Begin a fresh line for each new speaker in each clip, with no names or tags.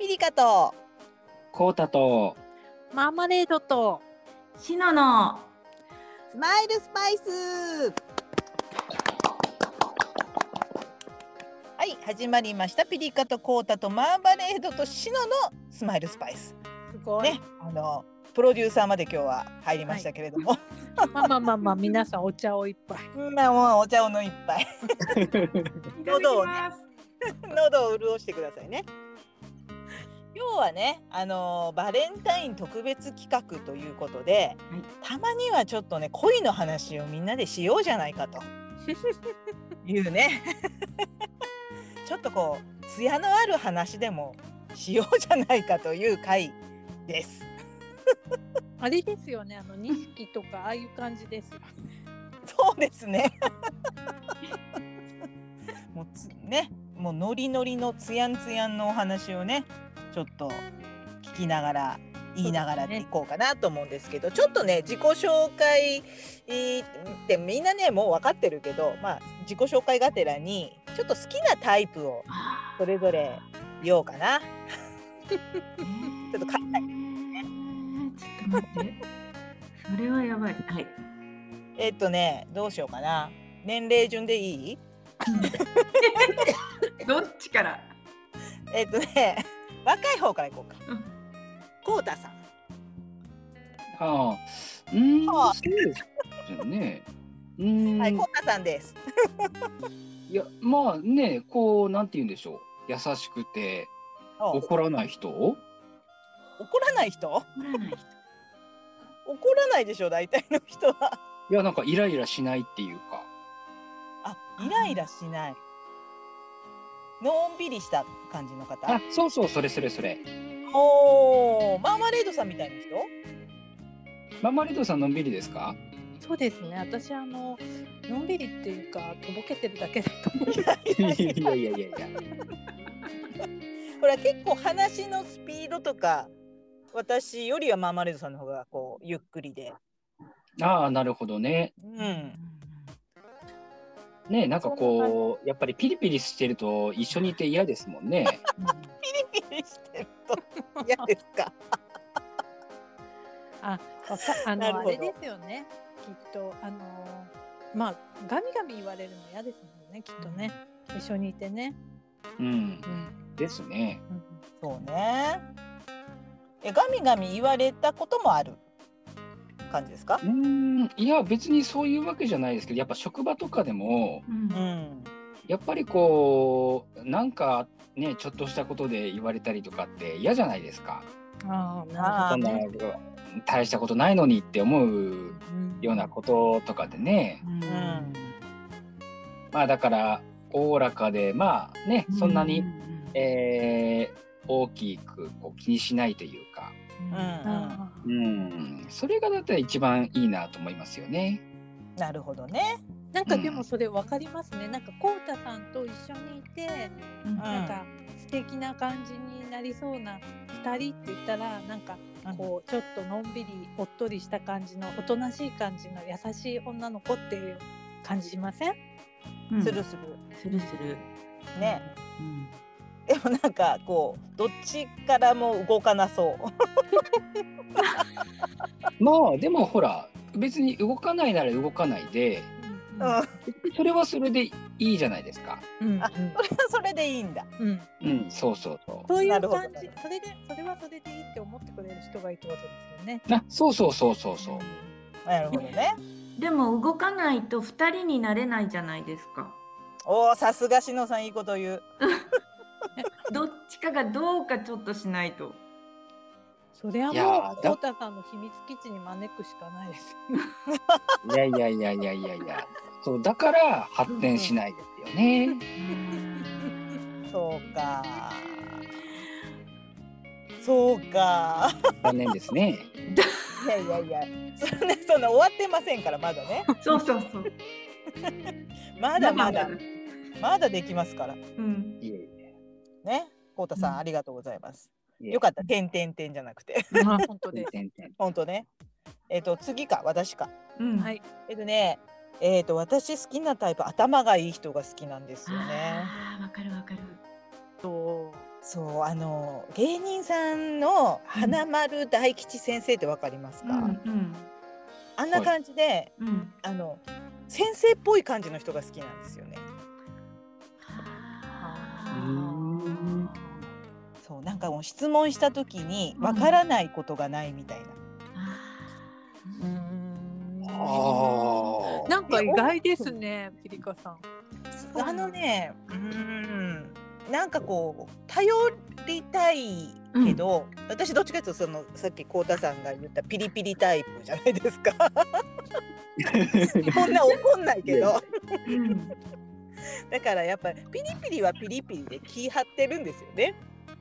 リカと
コータ と
マーマレードと
シノの
スマイルスパイスはい始まりましたピリカとコータとマーバレードとシノのスマイルスパイス
すごい、
ねあのプロデューサーまで今日は入りましたけれど も、
まあまあまあまあ皆さんお茶を一杯
まあもうお茶を飲一杯
いただきます。
喉を潤してくださいね今日はねあのバレンタイン特別企画ということで、
はい
たまにはちょっとね恋の話をみんなでしようじゃない かというね ちょっとこう艶のある話でもしようじゃないかという回です。
あれですよねあの錦とかああいう感じですよ
そうですね。もうつね、もうノリノリのツヤンツヤンのお話をね、ちょっと聞きながら言いながら
そうです
い
ね
こうかなと思うんですけど、ちょっとね自己紹介えーってみんなねもう分かってるけど、まあ自己紹介がてらにちょっと好きなタイプをそれぞれ言おうかな。
ち
ょっと考えて
ちょっと待って。それはやばい。はい。
えっとねどうしようかな。年齢順でいい？
どっちから。
えっとね若い方からいこうか
うん。
コウタさん。
ああうーん
ああ
そうですよねうーん、
はい、
い
コ、ウタさんです。
やまあねこうなんて言うんでしょう優しくて
お
怒らない人
怒らない人
怒らない人。
怒らないでしょ大体の人はい
やなんかイライラしないっていうか
あイライラしないのんびりした感じの
あ
方
そうそうそれそれそれ
おーマーマレードさんみたいな人
ママレードさんのんびりですか
そうですね私あののんびりっていうかとぼけてるだけだと思う
い や いやいやいや
これは結構話のスピードとか私よりはマーマレードさんの方がこうゆっくりで
ああなるほどね
うん
ねなんかこうやっぱりピリピリしてると一緒にいて嫌ですもんね
ピリピリしてると嫌ですか
あわかあ
なる
の
ほ
あ
ど
れですよねきっとあのまあガミガミ言われるの嫌ですもんねきっとね一緒にいてね、
うん
うん
ですね
うん、
そうねえガミガミ言われたこともある感じですか
うーんいや別にそういうわけじゃないですけどやっぱ職場とかでも
う。
うんん
やっぱりこうなんかねちょっとしたことで言われたりとかって嫌じゃないですか。
ああ
あ
そ
な
ん
る
な
ほどね、
大したことないのにって思う
うん
ようなこととかでね
うん
ん
まあだからおおらかでまあねそんなに、
う
えー大きくこう気にしないというか、
うんうん
あー
うん、それがだったら一番いいなと思いますよね。
なるほどね
なんか
うん
でもそれ分かりますね、なんかこうたさんと一緒にいて、
うん
なんか素敵な感じになりそうな2人って言ったらなんかこうちょっとのんびりおっとりした感じのおとなしい感じの優しい女の子っていう感じしません
うん
するする
するする。
ね、
うん
でもなんかこうどっちからも動かなそう
まあでもほら別に動かないなら動かないで
うん、
うん
それはそれでいいじゃないですか。
うん
あそれはそれでいいんだ
うん、
うん、そうそうそう。
そうい
な
う
るほど
感じそれでそれはそれでいいって思ってくれる人がいいってことですよね。
あそうそうそうそうそう。
なるほどね
でも動かないと二人になれないじゃないですか。
おおさすがしのさんいいこと言う
どっちかがどうかちょっとしないと。
それはい
や
も
ー
う
だ
こうたさんの秘密基地に招くしかないですよね。
いやいやいやいやいやいや。そうだから発展しないですよね。
そうかそうか
残念ですね。
いやいやいやそんなそんな終わってませんからまだね
そうそうそう。
まだまだ
う
まだできますから
ん。
いえい
ねこうたさ
うん
んありがとうございます
え。
よかった点点点じゃなくて
ま あ本当です。
点々
本当ねえっ、と次か私か
うん。
はい。
えっ、とねえっ、と私好きなタイプ頭がいい人が好きなんですよね
ああ、わかるわかる。
と
そうあの芸人さんの花丸大吉先生ってわかります
う
か、
んうん
あんな感じで、
うん。
あの先生っぽい感じの人が好きなんですよね
ん
そうなんかもう質問した時に
うん
わからないことがないみたいな、
ああ。
なんか意外ですね、ピリカさん。
そうあのねうーんなんかこう頼りたいけど、私どっちかというとそのさっき浩太さんが言ったピリピリタイプじゃないですか こんな怒んないけど
うん。
だからやっぱりピリピリはピリピリで気張ってるんですよね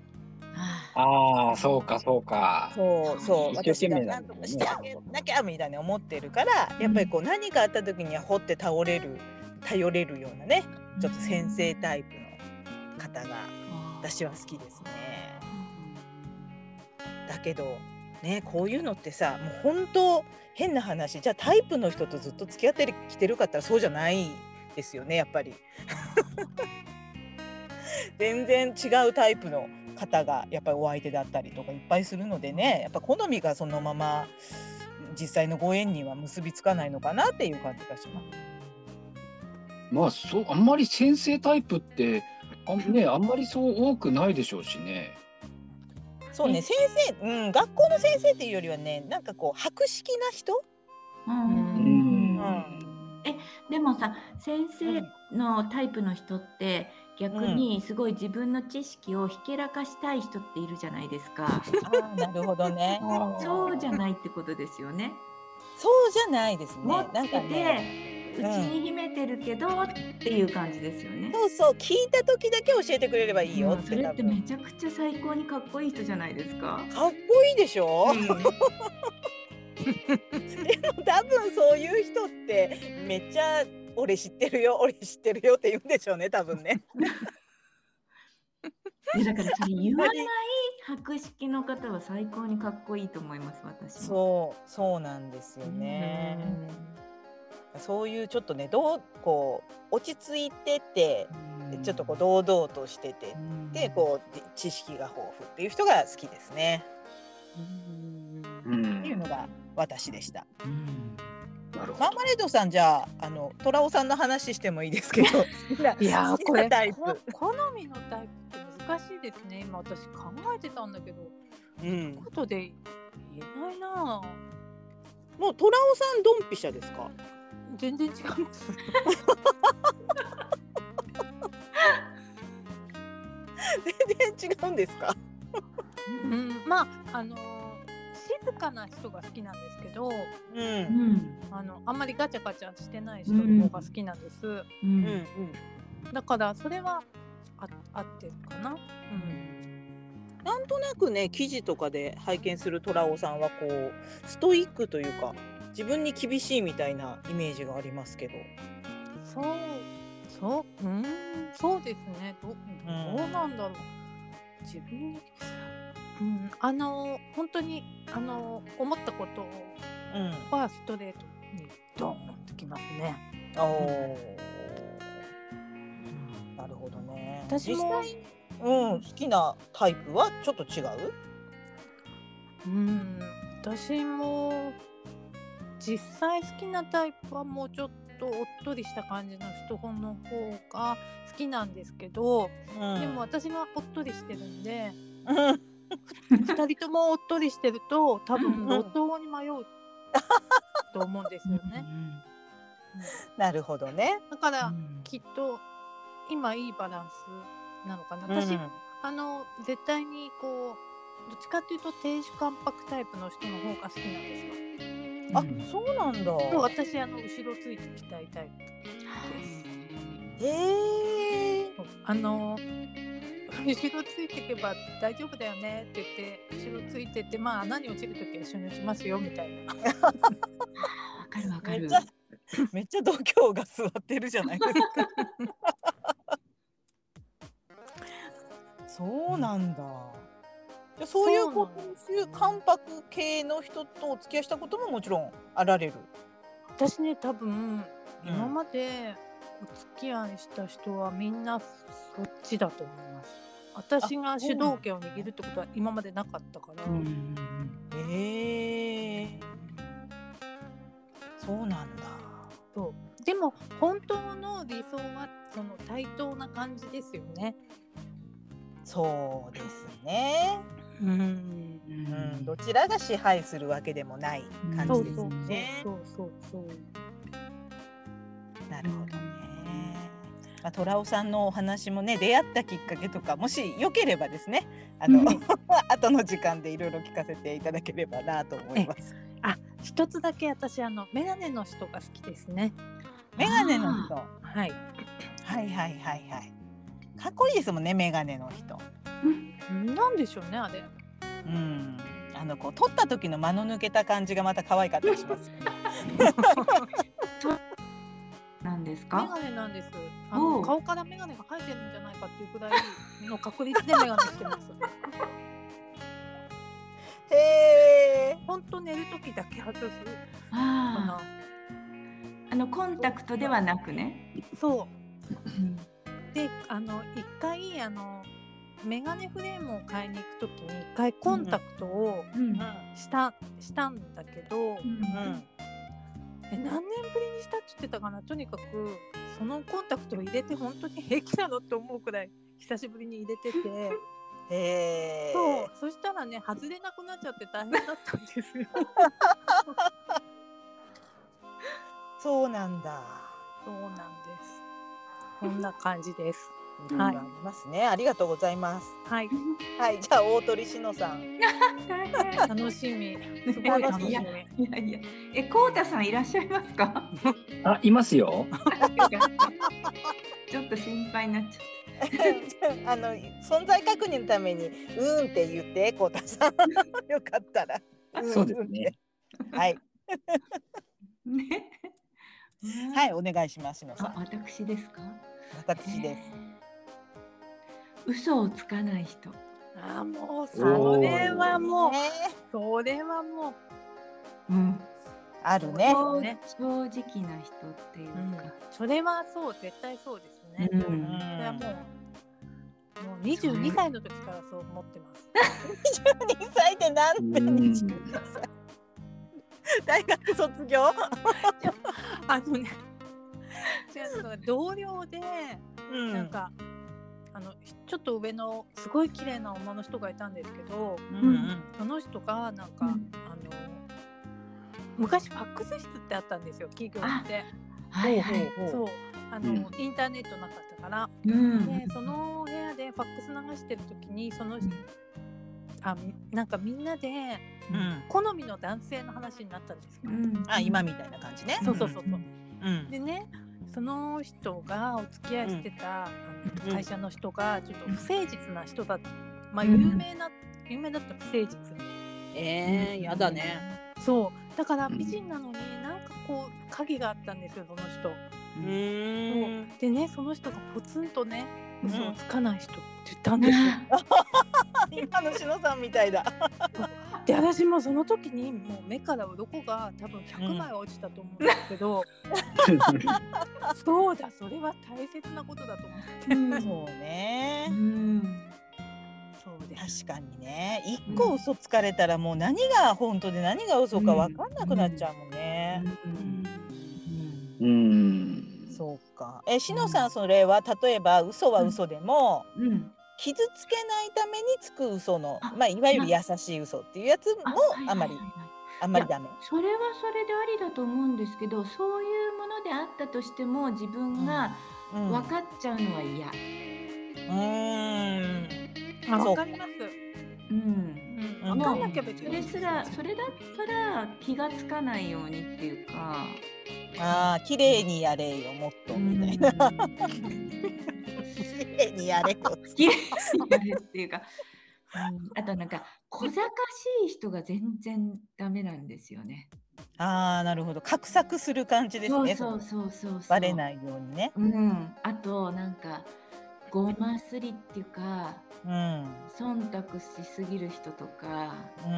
ああ、そうか、そうか。
そうそう
一
私
生懸
がな
命なんん
と
だよ
か
ね
してあげなきゃみたいに思ってるからやっぱりこう何かあった時には掘って倒れる頼れるようなねちょっと先生タイプの方が私は好きですね。だけどねこういうのってさもう本当変な話じゃあタイプの人とずっと付き合ってきてるかって言ったらそうじゃないですよねやっぱり。 全然違うタイプの方がやっぱりお相手だったりとかいっぱいするのでねやっぱ好みがそのまま実際のご縁には結びつかないのかなっていう感じがします。
まあ、そう、あんまり先生タイプって、あんね、あんまりそう多くないでしょうしね。
そうね
え
先生、うん、学校の先生っていうよりはねなんかこう博識な人
うん。
うん
でもさ、先生のタイプの人って。逆にすごい自分の知識をひけらかしたい人っているじゃないですか。
あーなるほど ね
そうじゃないってことですよね。
そうじゃないですね
持って
なんかね
て、うちに秘めてるけどっていう感じですよね。
そうそう聞いた時だけ教えてくれればいいよ
うん
っ
そ
て
れ
多
って
分
めちゃくちゃ最高にかっこいい人じゃないですか。
かっこいいでしょ、 多分そういう人ってめっちゃ俺知ってるよ俺知ってるよって言うんでしょうね多分ね
いやだからそれ言わない博識の方は最高にかっこいいと思います私も。
そうそうなんですよね、そういうちょっとねどうこう落ち着いててちょっとこう堂々としててでこう知識が豊富っていう人が好きですね、
う。
っていうんのが私でした
なるほ
マー。
ど
マレードさんじゃああの虎尾さんの話してもいいですけど好きない
や
好
ー
き
こ
な
れ
タイプ
こ好みのタイプって難しいですね今私考えてたんだけど
うん
ことで言えないなあ
もう虎尾さんドンピシャですか。
全然違います
全然違うんですか。
うんまああのー静かな人が好きなんですけど
う。
うんん
あのあんまりガチャガチャしてない人の方が好きなんです、
う
うんんうん。
だからそれはあ合ってるかな、うん、
なんとなくね記事とかで拝見する虎尾さんはこうストイックというか自分に厳しいみたいなイメージがありますけど。
そうそううんそうですねどど
ん
うなんだろう、自分にうんあのー本当にあのー思ったことを
うん。
はストレートにドーンときますね。
おお。なるほどね。
私も
実際うん好きなタイプはちょっと違う。
うん、私も実際好きなタイプはもうちょっとおっとりした感じの人の方が好きなんですけど、
うん
でも。私がおっとりしてるんで
うん
2人ともおっとりしてると多
う
分
んうん
路頭に迷うと思うんですよね。
なるほどね。
だから
うん
きっと今いいバランスなのかな。私
うん
あの絶対にこうどっちかっていうと亭主関白タイプの人の方が好きなんですよ。
あそうなんだ。
そう私あの後ろついてきたいタイプです。
へ え。
あの後ろついてけば大丈夫だよねって言って後ろついてってまあ穴に落ちるときは一緒に落ちますよみたいな。
わかるわか
め
る
っち。ゃめっちゃ度胸が座ってるじゃないですか。 そうなんだ。じゃあそういうこういう関白系の人とお付き合いしたことももちろんあられる。
私ね多分
うん
今までお付き合いした人はみんなそっちだと思います。私が主導権を握るってことは今までなかったから、
ええそうなんだ。
でも本当の理想はその対等な感じですよね。
そうですね。
うん
うん、どちらが支配するわけでもない感
そう
じです
そう
ね。
そうそうそうそう。
なるほどね。まあ、虎尾さんのお話もね出会ったきっかけとかもしよければですねあの、
うん
後の時間でいろいろ聞かせていただければなと思います。
あ、一つだけ私あのメガネの人が好きですね。
メガネの人は
はい。
いはいはいはいかっこいいですもんねメガネの人。
なんでしょうねあれ。
うんあのこう撮った時の間の抜けた感じがまた可愛かったりします。
なんです
メ
か
ガネなんです。あの
おう
顔からメガネが生えてるんじゃないかっていうくらいの確率でメガネしてます。
へー
本当寝る時だけ外すか
あ
な。
ーあのコンタクトではなくね。
そう。であの一回あのメガネフレームを買いに行くときに一回コンタクトを
うん
した,、したんだけど、
うん
え何年ぶりにしたって言ってたかなとにかくそのコンタクトを入れて本当に平気なのって思うくらい久しぶりに入れてて
へー
そうそしたらね外れなくなっちゃって大変だったんですよ。
そうなんだ。
そうなんですこんな感じです。
うん
はい
ありますね。ありがとうございます。
はい、
はい、じゃあ大鳥しのさん。
大変
楽しみ。すごい楽し
い
み
や。いやいや。え、こうたさんいらっしゃいますか。
あ、いますよ。
ちょっと心配になっちゃっ
あの存在確認のためにうーんって言ってこうたさんよかったら。ん
そうですね。
はい
た。ね。。
はいいお願いしますしのさ
あ、
ん。
私ですか。
私です。
嘘をつかない人。
あーもう
お
そ
ー
れはもう
ね、
それはもう
うん。
あるね。
そうね
正直な人っていう
うん
か。
それはそう絶対そうですね。
うん
それはもうもう二十二歳の時からそう思ってます。
22歳ってなんで
うん
22歳。大学卒業。
あのね、違うのが同僚で
うん
なん。か、あのちょっと上のすごい綺麗な女の人がいたんですけど、
うんうん。
その人がなんか、
うん
あの昔ファックス室ってあったんですよ企業って。
はいはい。
ほうほう
そ
ほう
うあの、
うん
インターネットなかったから。
うん
で。その部屋でファックス流してる時にその人あなんかみんなで
うん。
好みの男性の話になったんですよ。
うん
あ今。みたいな感じね。
そうそうそうそう。
うん。
でねその人がお付き合いしてた、あ
うん
の会社の人がちょっと
うん
不誠実な人だった、まあ、
うん
有名な、有名だった不誠実
ええやだね。
そうだから美人なのになんかこう影があったんですよその人。
うーん。
でねその人がポツンとね嘘をつかない人って言ったんですよ。
今のしのさんみたいだ。
で私もその時にもう目から鱗が多分100枚落ちたと思うんですけど、そうだそれは大切なことだと思って、
そうね
う。ん。
そうです
確かにね一個嘘つかれたらもう何が本当で何が嘘か分かんなくなっちゃうもんね。
うん
うん。
そうかえしのさんそれは例えば嘘は嘘でも、
うん。
傷つけないためにつく嘘のまあいわゆる優しい嘘っていうやつもあんまり
はいはいはいはい
あんまりダメ。
それはそれでありだと思うんですけどそういうものであったとしても自分が
うん
分かっちゃうのは嫌、
うーん
あ
そう
わかります、
うん
う、
うんん
分かんなきゃ別
それ
に
すらそれだったら気がつかないようにっていうか、
ああ綺麗にやれよもっと
う
み
ん、
たい
綺
な。綺麗にやれよ。
麗になるっていうか、うんあとなんか小賢しい人が全然ダメなんですよね。
ああなるほど画策する感じです
そう
ね。
そうそうそうそう。
バレないようにね。
うん、あとなんかごますりっていうか
うん
忖度しすぎる人とか。
うん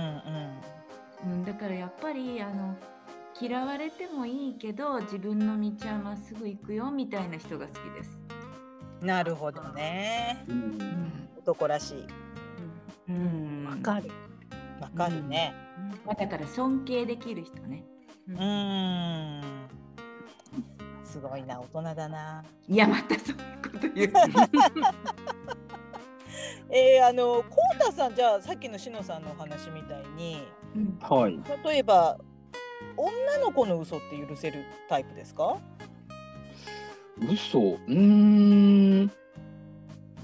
うん。
うん、だからやっぱりあの嫌われてもいいけど自分の道はまっすぐ行くよみたいな人が好きです。
なるほどね。
うん
男らしい。
うん
わかる。
わかるね。
まあだから尊敬できる人ね。
う
うんーん。すごいな、大人だな。
いやまたそういうこと言う。
えー、あの、こうたさん、じゃあ、さっきのしのさんのお話みたいに。
うん
はい。
例えば。女の子の嘘って許せるタイプですか。
嘘うーん。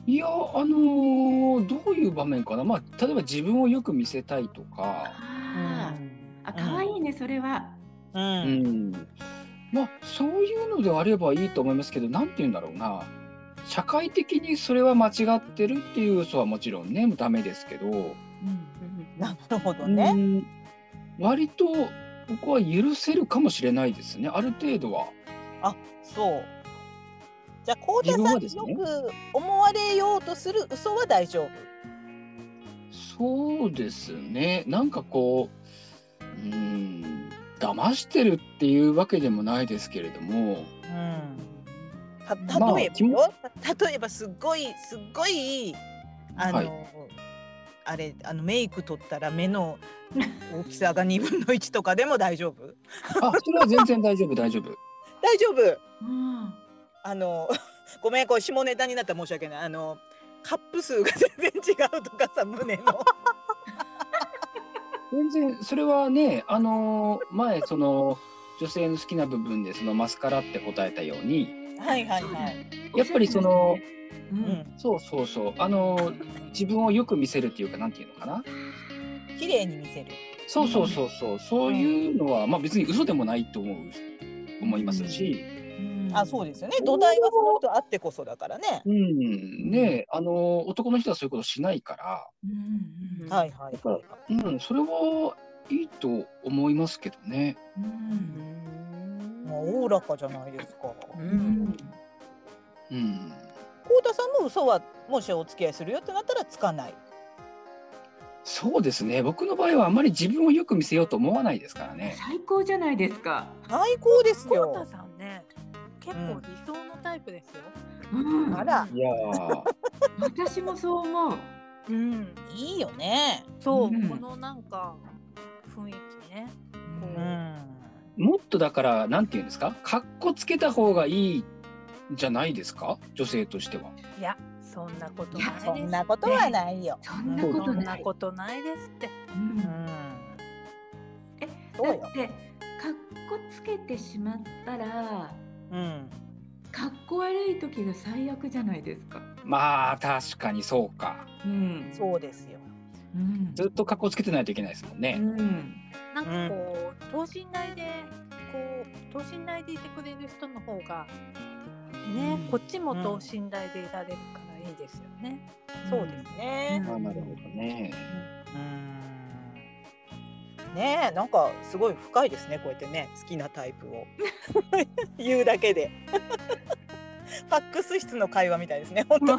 いや、あのーどういう場面かな。まあ、例えば自分をよく見せたいとか、
あーあ可愛いねそれは。
う。
うんん。まあ、そういうのであればいいと思いますけど、なんて言うんだろうな。社会的にそれは間違ってるっていう嘘はもちろんね、ダメですけど、
なるほど
う
ね。
ん割と僕は許せるかもしれないですね。ある程度は。
そう。じゃあ、こうたさ
自分は
ん、
です
よ
ね
く思われようとする嘘は大丈夫。
そうですね。なんかこう、うーん、騙してるっていうわけでもないですけれど も、
うん。た
まあ
例えば
気も
よ、例えばすっごいすっごいあの、
はい
あれあのメイク取ったら目の大きさが2分の1とかでも大丈夫
あ、それは全然大丈夫、大丈夫。
大丈夫
うん。
あの ごめんこれ下ネタになったら申し訳ないあのカップ数が全然違うとかさ胸の
全然、それはね、あのー前、その、女性の好きな部分でそのマスカラって答えたように、
はいはいはい、
やっぱりその、
う
う。
んん、
そうそうそう、あのー自分をよく見せるっていうか、なんていうのかな。
綺麗に見せる
そうそうそうそう、そういうのは、まあ別に嘘でもないと思う、思いますし、
あそうですよね土台はその人あってこそだからね
うん、ねあの男の人はそういうことしないから、
うんうん
はいはいはい
うん、それはいいと思いますけどね。
うん
もうおおらかじゃないですか
うん
うん、
幸田さんも嘘はもしお付き合いするよってなったらつかない
そうですね。僕の場合はあまり自分をよく見せようと思わないですからね。
最高じゃないですか。
最高です
コウタ
よ
さんね、結構理想のタイプですよ。
うん
あら
いやー、
私もそう思う。
うん、
いいよね
そう、
うん
このなんか雰囲気ね。
う
うん
もっとだからなんていうんですか、かっこつけた方がいいんじゃないですか、女性としては。
いや、そんなこと
い
ない
や
です。
そんなことはないよ
そんなこ
そ
と
ん
な。
ないことないですって。
うん
うん
え
そうよ
だってかっこつけてしまったら
うん
かっこ悪い時が最悪じゃないですか。
まあ確かにそうか。
うんう。
そうですよ
うん。
ずっとかっこつけてないといけないですもん
う
ね。
ん。
なんかこう、等身大で、こう、等身大でいてくれる人の方が。ね、
うん。
こっちも等身大でいられるからいいですよね。
そうですね
あなるほどね。
うんねえなんかすごい深いですねこうやってね好きなタイプを 言うだけで ファックス室の会話みたいですね本当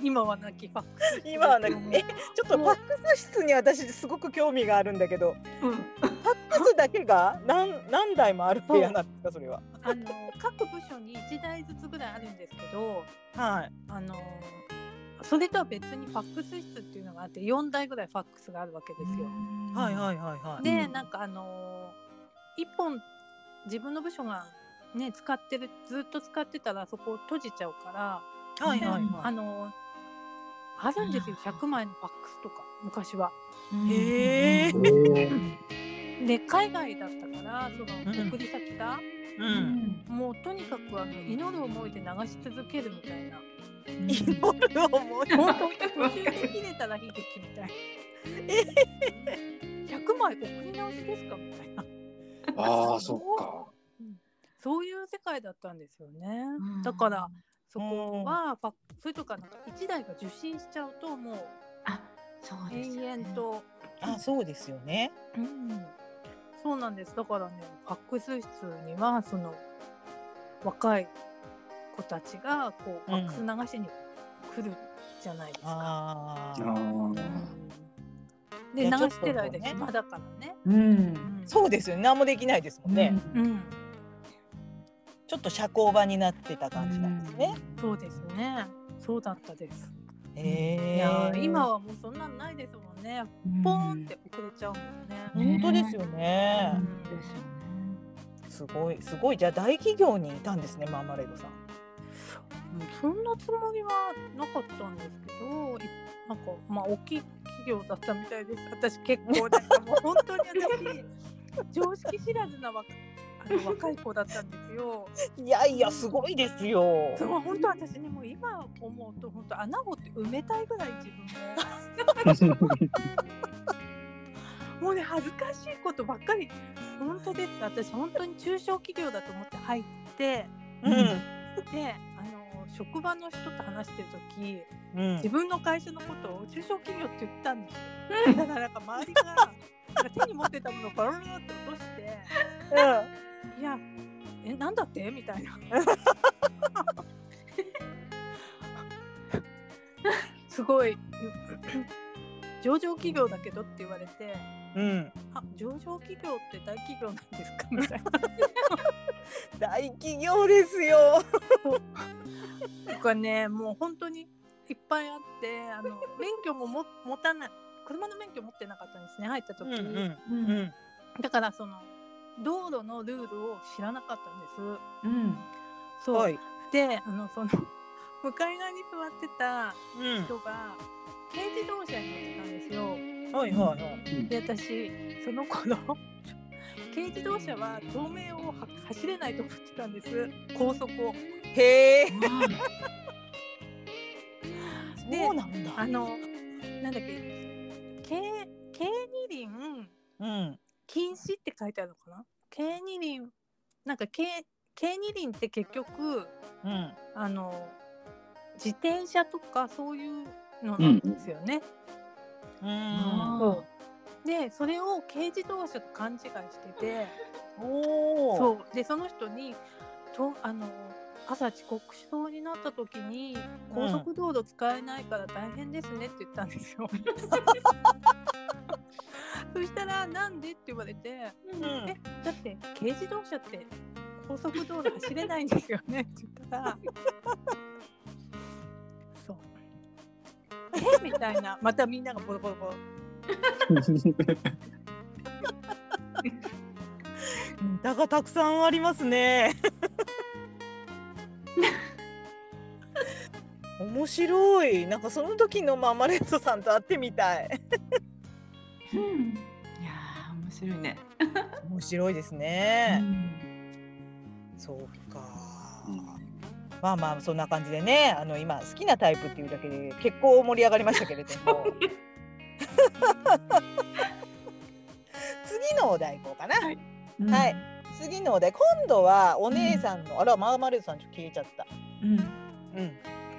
今はなきファックス。
今はなきえちょっとファックス室に私すごく興味があるんだけどファックスだけが何何台もある部屋なんですかそれは。
あの各部署に1台ずつぐらいあるんですけど
はい。
あのそれとは別にファックス室っていうのがあって4台ぐらいファックスがあるわけですよ。
はいはいいはいはい。
で
うん
なんかあの1本自分の部署がね使ってるずっと使ってたらそこを閉じちゃうから、
はいはい
であ
は
のあるんですよ100枚のファックスとか昔は。
い。へえ。
で海外だったからその
うん
送り先が、
う。
うんん。
もうとにかくあの祈る思いで流し続けるみたいな。
祈る思い。
本当途中で切れたら悲劇みたいな。100枚 送り直しですかみたいな
ああそっか。
そういう世界だったんですよね。だからそこはファッそれとかなんか1台が受信しちゃうともう
あ、そうですよね。
延々と、
あ、そうですよね。
うんそうなんですだからねファックス室にはその若い子たちがこうファックス流しに来るじゃないですか。
あ
あ
あ。
ー
うんで流
ねちょっと
してる間
ね
暇だからね。
うん。
そうですよね。何もできないですもんね。
うん
ちょっと社交場になってた感じなんですね。
そうですね。そうだったです。
へえ
いやー今はもうそんなんないですもんね。ポーンって遅れちゃうもんね。
本当ですよね。
うん
ですよね
すごいすごいじゃあ大企業にいたんですねマーマレードさん。
そんなつもりはなかったんですけどいなんかまあ大きい企業だったみたいです私結構なんかもう本当に私常識知らずな若 あの若い子だったんですよ。
いやいやすごいですよ。
でも本当私ねもう今思うと本当穴子って埋めたいぐらい自分ももうね恥ずかしいことばっかり本当です私本当に中小企業だと思って入って
うん
であの職場の人と話してる時
うん
自。分の会社のことを中小企業って言ったんですよ。だからなんか周りがなんか手に持ってたものをパロロロって落として「いやえなんだって?」みたいな。すごい上場企業だけどって言われて
うん。
「あ上場企業って大企業なんですか?」みたい
大企業ですよ。
な。とかねもう本当にいっぱいあってあの免許もも持たない車の免許持ってなかったんですね入った時。
うん
うんうん
だからその道路のルールを知らなかったんです。
うん
そう、
はい。
であのそ の向かい側に座ってた
うん
人が軽自動車に乗ってたんですよ。
はいはいはい。
で私その子の 軽自動車は透明をは走れないと思ってたんです高速を。
へえ。
で
そうなんだ。
あのなんだっけ軽軽二輪
うん。
禁止って書いてあるのかな軽二輪なんか軽軽二輪って結局
うん。
あの自転車とかそういうのなんですよね。
うん。
うん
でそれを軽自動車と勘違いしてて
おお。
そうでその人にとあの朝遅刻しそうになった時に高速道路使えないから大変ですねって言ったんです よ。そしたら「なんで?」って言われて
う
「
ん
え。だって軽自動車って高速道路走れないんですよね」って言ったら 「そう」えみたいなまたみんながボロボロボロ
ネタがたくさんあります ね。面白い。なんかその時のマーマレットさんと会ってみたい。
うんいやー面白いね。
面白いです
う
ね。
ん
そうか。 まあまあそんな感じでね、あの今好きなタイプっていうだけで結構盛り上がりましたけれど も。 次のお題いこうかな。
うん
はい。次のお題、今度はお姉さんの、あらマーマレットさんちょっと消えちゃった。
うん。
うん。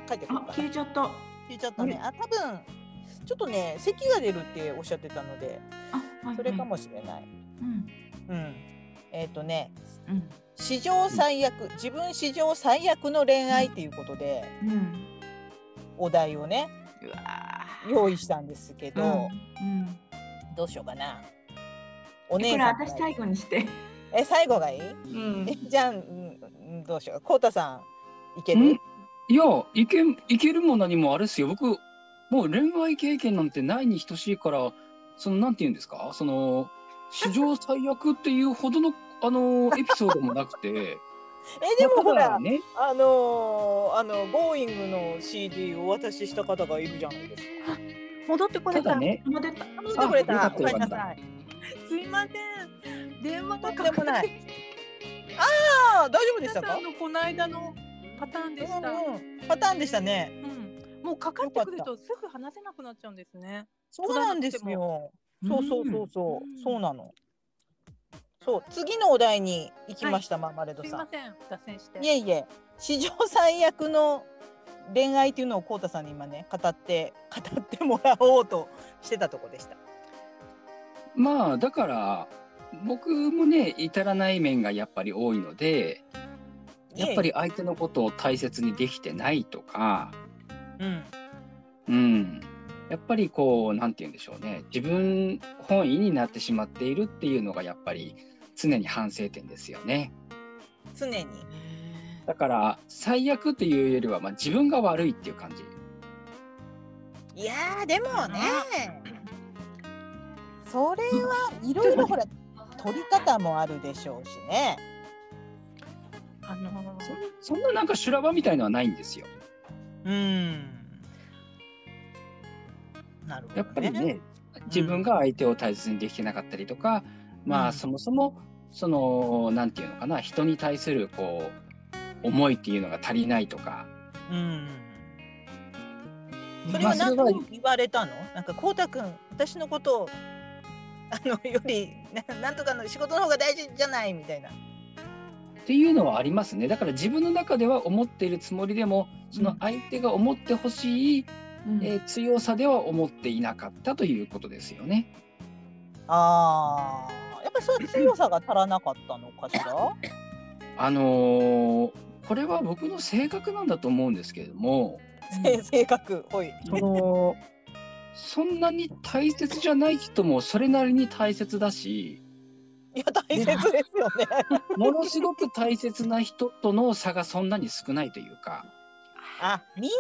書いてくる
あ
かな。
消えちゃった。
聞いちゃったね。あ、多分ちょっとね、咳が出るっておっしゃってたので、
あはい
それか。もしれない。
うん
うん。えっ、とね、
うん
史上最悪、自分史上最悪の恋愛っていうことで
うん。
お題をね
うわ
用意したんですけ
ー。
ど、
うんうん。
どうしようかな。お
え
姉
これ
さん
私
がい
最
い。
後にして。
え最後がいい？
うん
えじゃあうんどうしよう。コウタさんいけ
うん
る？
いやいけいけるも何もあれですよ僕もう恋愛経験なんてないに等しいからそのなんて言うんですかその史上最悪っていうほどの あのエピソードもなくて
えでもほ
まあた
ら
だね
あのー、あのボーイングの CD をお渡しした方がいるじゃないですか。
戻ってこ
た
れた
だね
戻った。
見てくれた。
あよか
おかえ
ったよか
り
っ
な
た
さい。
すいません電話が
とんでもない
てき
ああ、大丈夫でしたたか
あ。のこの間のパターンでした、
うんうんパターンでしたね。
うん、もうかかってくるとすぐ話せなくなっちゃうんですね
そうなんですよ。そうそうそうそう、
うん
そうなの。そう、次のお題に行きました、マーマレード
すい
さ
ま
ん。
せん脱線して
いえいえ、史上最悪の恋愛っていうのをこうたさんに今ね、語って、語ってもらおうとしてたとこでした。
まあだから僕もね至らない面がやっぱり多いのでやっぱり相手のことを大切にできてないとか
いえいえ。うん。
うんやっぱりこうなんて言うんでしょうね自分本位になってしまっているっていうのがやっぱり常に反省点ですよね。
常に。
う
だから最悪っていうよりはまあ自分が悪いっていう感じ。
いやーでもねそれはいろいろほら取り方もあるでしょうしね
あのー
そんななんか修羅場みたいのはないんですよ。
うんなるほど、ね、
やっぱりね自分が相手を大切にできてなかったりとか、ま
うん
あそもそもそのなんていうのかな人に対するこう思いっていうのが足りないとか。
うんそれ
ま
は
あそ
何
れ
と
は
言われたのなんかこうたくん私のことをあのよりななんとかの仕事の方が大事じゃないみたいな
っていうのはありますねだから自分の中では思っているつもりでもその相手が思ってほしい、
うん
えー強さでは思っていなかったということですよね。
あーやっぱりそういう強さが足らなかったのかしら
あのーこれは僕の性格なんだと思うんですけれども
せ性格ほい
そのそんなに大切じゃない人もそれなりに大切だ し
いや大切ですよ ね
ものすごく大切な人との差がそんなに少ないというか。
あみん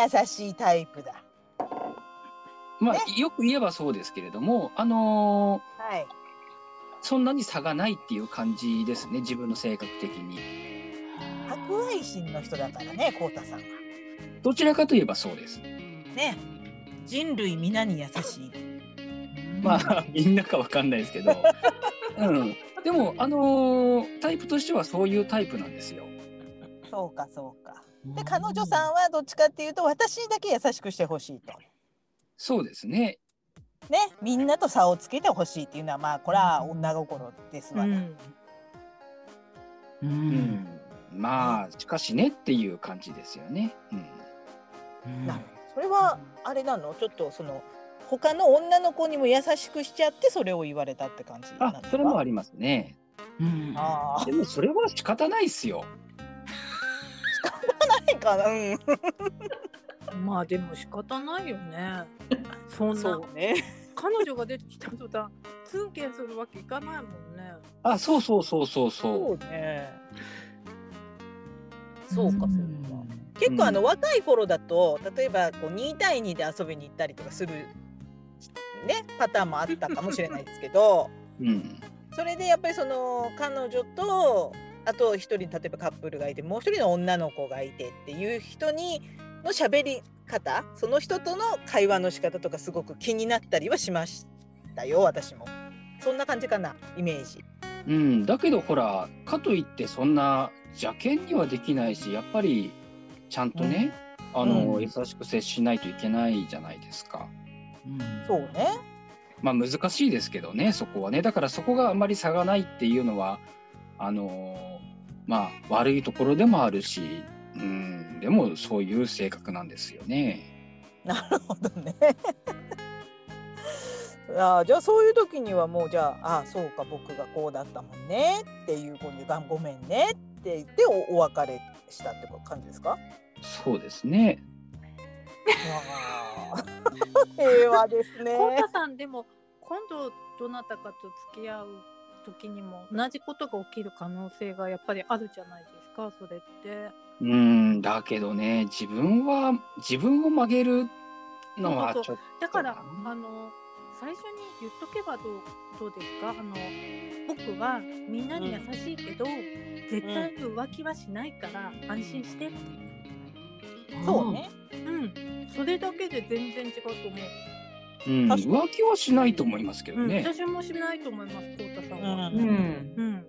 なに優しいタイプだ
まあ、よく言えばそうですけれども、あのー
はい
そんなに差がないっていう感じですね自分の性格的に
博愛心の人だからねこうたさんは
どちらかといえばそうです
ね人類皆に優しい
まあ みんなかわかんないですけど、 うん、でもあのータイプとしてはそういうタイプなんですよ
そうかそうかで彼女さんはどっちかっていうと私だけ優しくしてほしいと
そうですね
ねみんなと差をつけてほしいっていうのはまあこれは女心ですわ
う
ね、
ん
う
うんんまあしかしねっていう感じですよね、うん、
なるほどそれはあれなのちょっとその他の女の子にも優しくしちゃってそれを言われたって感じなん
あ
ですか
それもありますね
うん
あ
でもそれは仕方ないですよ
あないかなうん
まあでも仕方ないよ ね。そん
そ
な
うね
彼女が出てきた途端ツンケンするわけいかないもんね。
あそうそうそうそうそう
そうねそうかそうか、
ん
結構あの
うん
若い頃だと例えばこう2対2で遊びに行ったりとかするねパターンもあったかもしれないですけど
うん
それでやっぱりその彼女とあと一人例えばカップルがいてもう一人の女の子がいてっていう人にの喋り方その人との会話の仕方とかすごく気になったりはしましたよ私も。そんな感じかなイメージ。
うん、だけどほらかといってそんな邪険にはできないしやっぱりちゃんとね、あの
うん
優しく接しないといけないじゃないですか。
そうね。
まあ難しいですけどねそこはねだからそこがあまり差がないっていうのはあのまあ悪いところでもあるし、うん、でもそういう性格なんですよね。
なるほどね。 ああじゃあそういう時にはもうじゃあああそうか僕がこうだったもんねっていうことでがごめんねって言っておお別れしたって感じですか
そうですね。
わあ 平和ですね。
コウタさんでも今度どなたかと付き合う時にも同じことが起きる可能性がやっぱりあるじゃないですかそれって。
うんだけどね自分は自分を曲げるのはちょっと
だから
うん
あの最初に言っとけばどうどうですかあの僕はみんなに優しいけど、絶対に浮気はしないから安心してって。
そうね。
うん、それだけで全然違うと思う。
うん、
確かに
浮気はしないと思いますけど
うん、
ね。
私もしないと思います、こうたさんは。
う
うんん
うん、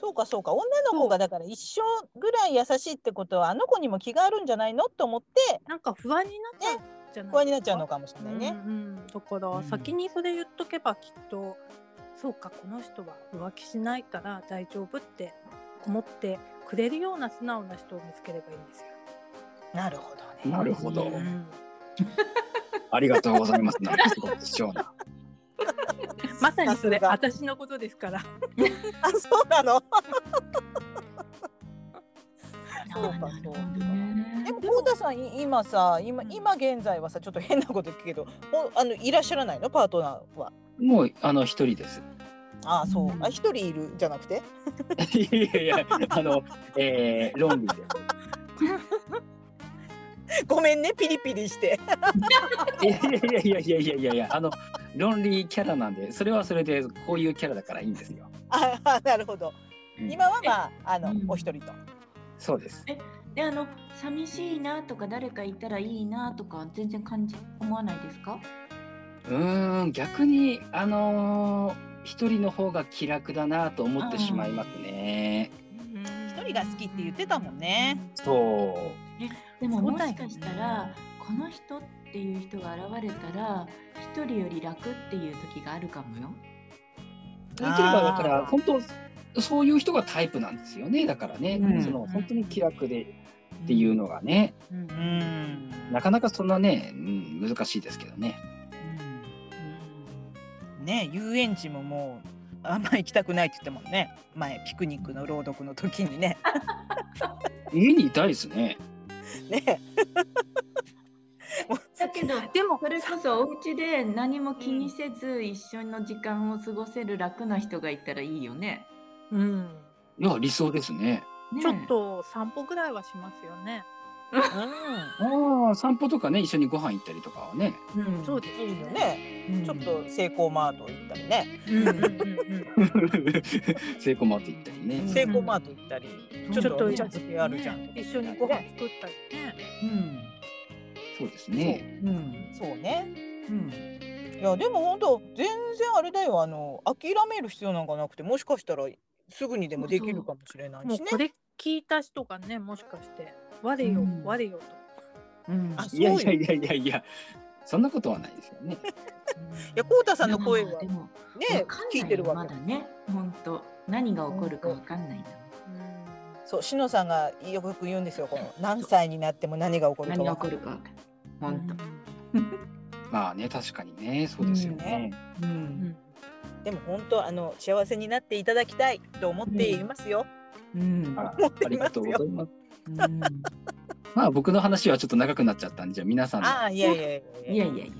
そうかそうか女の子がだから一生ぐらい優しいってことはあの子にも気があるんじゃないのと思って
なんか不安になっちゃうじゃない
不安になっちゃうのかもしれないね。
うんうん、だか
う
ら
ん
先にそれ言っとけばきっと、そうかこの人は浮気しないから大丈夫って思ってくれるような素直な人を見つければいいんですよ。
なるほどね。
なるほど
う。ん、
ありがとうございます。なんかすごく貴重 な。
まさにそれ
さすが
私のことですから。
あそうなの。
あ
そう
ー
か
な
そ
る
う
ほ
か
どね
でもコウタさんい今さ今
うん
今現在はさちょっと変なこと聞くけどほあのいらっしゃらないのパートナーは
もうあの一人です。
ああそうあ一人いるじゃなくて
いやいや、あの、えー、ロンリーで
ごめんねピリピリして
す。いやいやいやいやいやいや、あの、ロンリーキャラなんで、それはそれで、こういうキャラだからいいんですよ。
ああなるほど
うん
今はまああの
うん
お一人と
そうです。
であの寂しいなとか誰かいたらいいなとか全然感じ思わないですか？
うーん、逆に、あのー一人の方が気楽だなと思ってしまいますね。
一人が好きって言ってたもんね
そ
でも
そう
も
だよ
し
ね
かしたら、この人っていう人が現れたら一人より楽っていう時があるかもよ。
う。できれば、だ
あー
から、本当、そういう人がタイプなんですよね。だからね、
うん
その、本当に気楽でっていうのがね、
うんうん
うん
なかなかそんなね、うん、難しいですけどね。
ね遊園地ももうあんま行きたくないって言ってもんね前ピクニックの朗読の時にね
家にいたいですね。
ね
だけど
でも
それこそお家で何も気にせず一緒の時間を過ごせる楽な人がいたらいいよね。
うん、
いや、理想ですね。
ね
ちょっと散歩ぐらいはしますよね。
う
ああ、散歩とかね、一緒にご飯行ったりとかは ね。
うん
そうです
んいいよ。ね
うん
ちょっとセイコーマート行ったりね
うんうんうん
セイコーマート行ったりね。
セイコーマート行ったり
うん
ちょっと
う
お
ん
茶漬けあるじゃん、
ね一緒にご飯作ったりね。
そうですね。
うんうん
そうね
うん
いやでも本当全然あれだよあの諦める必要なんかなくてもしかしたらすぐにでもできるかもしれない
もう
しね
こ。れ聞いた人がね、もしかして、我よ、
うん
我よと。
うん
あそう
いや
よ
いやいやいやいや、そんなことはないですよね。
いやこうたさんの声は
でも
ね
わかんない
聞いてるわ
ま
け
だね本当何が起こるかわかんないんだもん
そうしのさんがよく言うんですよこの何歳になっても何が起こるか
何が
わ
起
か
こ
んない
るかわかんない本当
まあね、確かにね、そうですよね。
う
うんん
でも本当あの幸せになっていただきたいと思っていますよ、
うん
あ
って
ありがとうございます。
うん
まあ、僕の話はちょっと長くなっちゃったんで、じゃあ皆さんの。
ああいやいやいや
い
いや
やいやい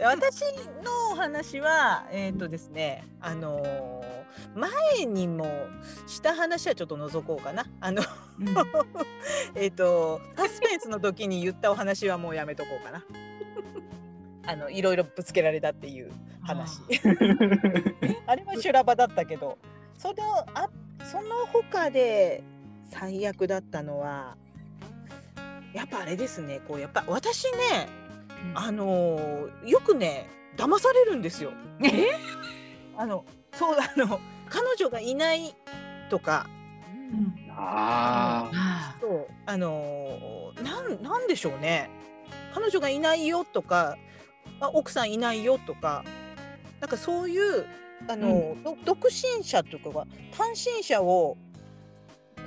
や
私のお話はえっ、とですねあのー前にもした話はちょっと覗こうかなあの
うん
えっとサスペンスの時に言ったお話はもうやめとこうかなあのいろいろぶつけられたっていう話 あれは修羅場だったけどそのあその他で最悪だったのはやっぱあれですねこうやっぱ私ねあのーよくね騙されるんですよ。
え
あのそうあの彼女がいないとか
うん
ああ、
あ
そうあのーなんなんでしょうね彼女がいないよとかあ奥さんいないよとかなんかそういうあのー、ど独身者というか単身者を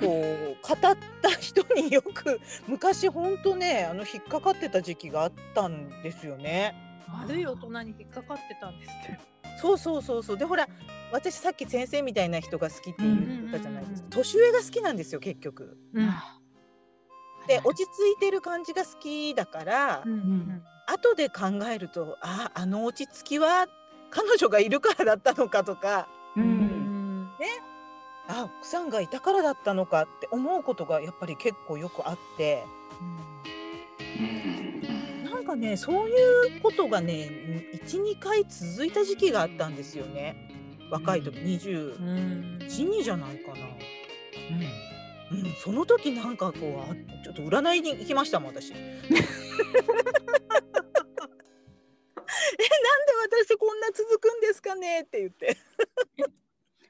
こう語った人によく昔本当ねあの引っかかってた時期があったんですよね。
あ
悪い大人に引っかかってたんですって。
そうそうそうそうでほら私さっき先生みたいな人が好きって言ったじゃないですか、
うん
年上が好きなんですよ結局。
あ
で落ち着いてる感じが好きだから、
うんうん
後で考えるとああの落ち着きは彼女がいるからだったのかとか
う
うんん
あ奥さんがいたからだったのかって思うことがやっぱり結構よくあって
うん。
なんかねそういうことがね12回続いた時期があったんですよね若い時
う
212、
ん
2じゃないかな。うん、その時なんかこうあちょっと占いに行きましたもん 私えなんで私こんな続くんですかねって言って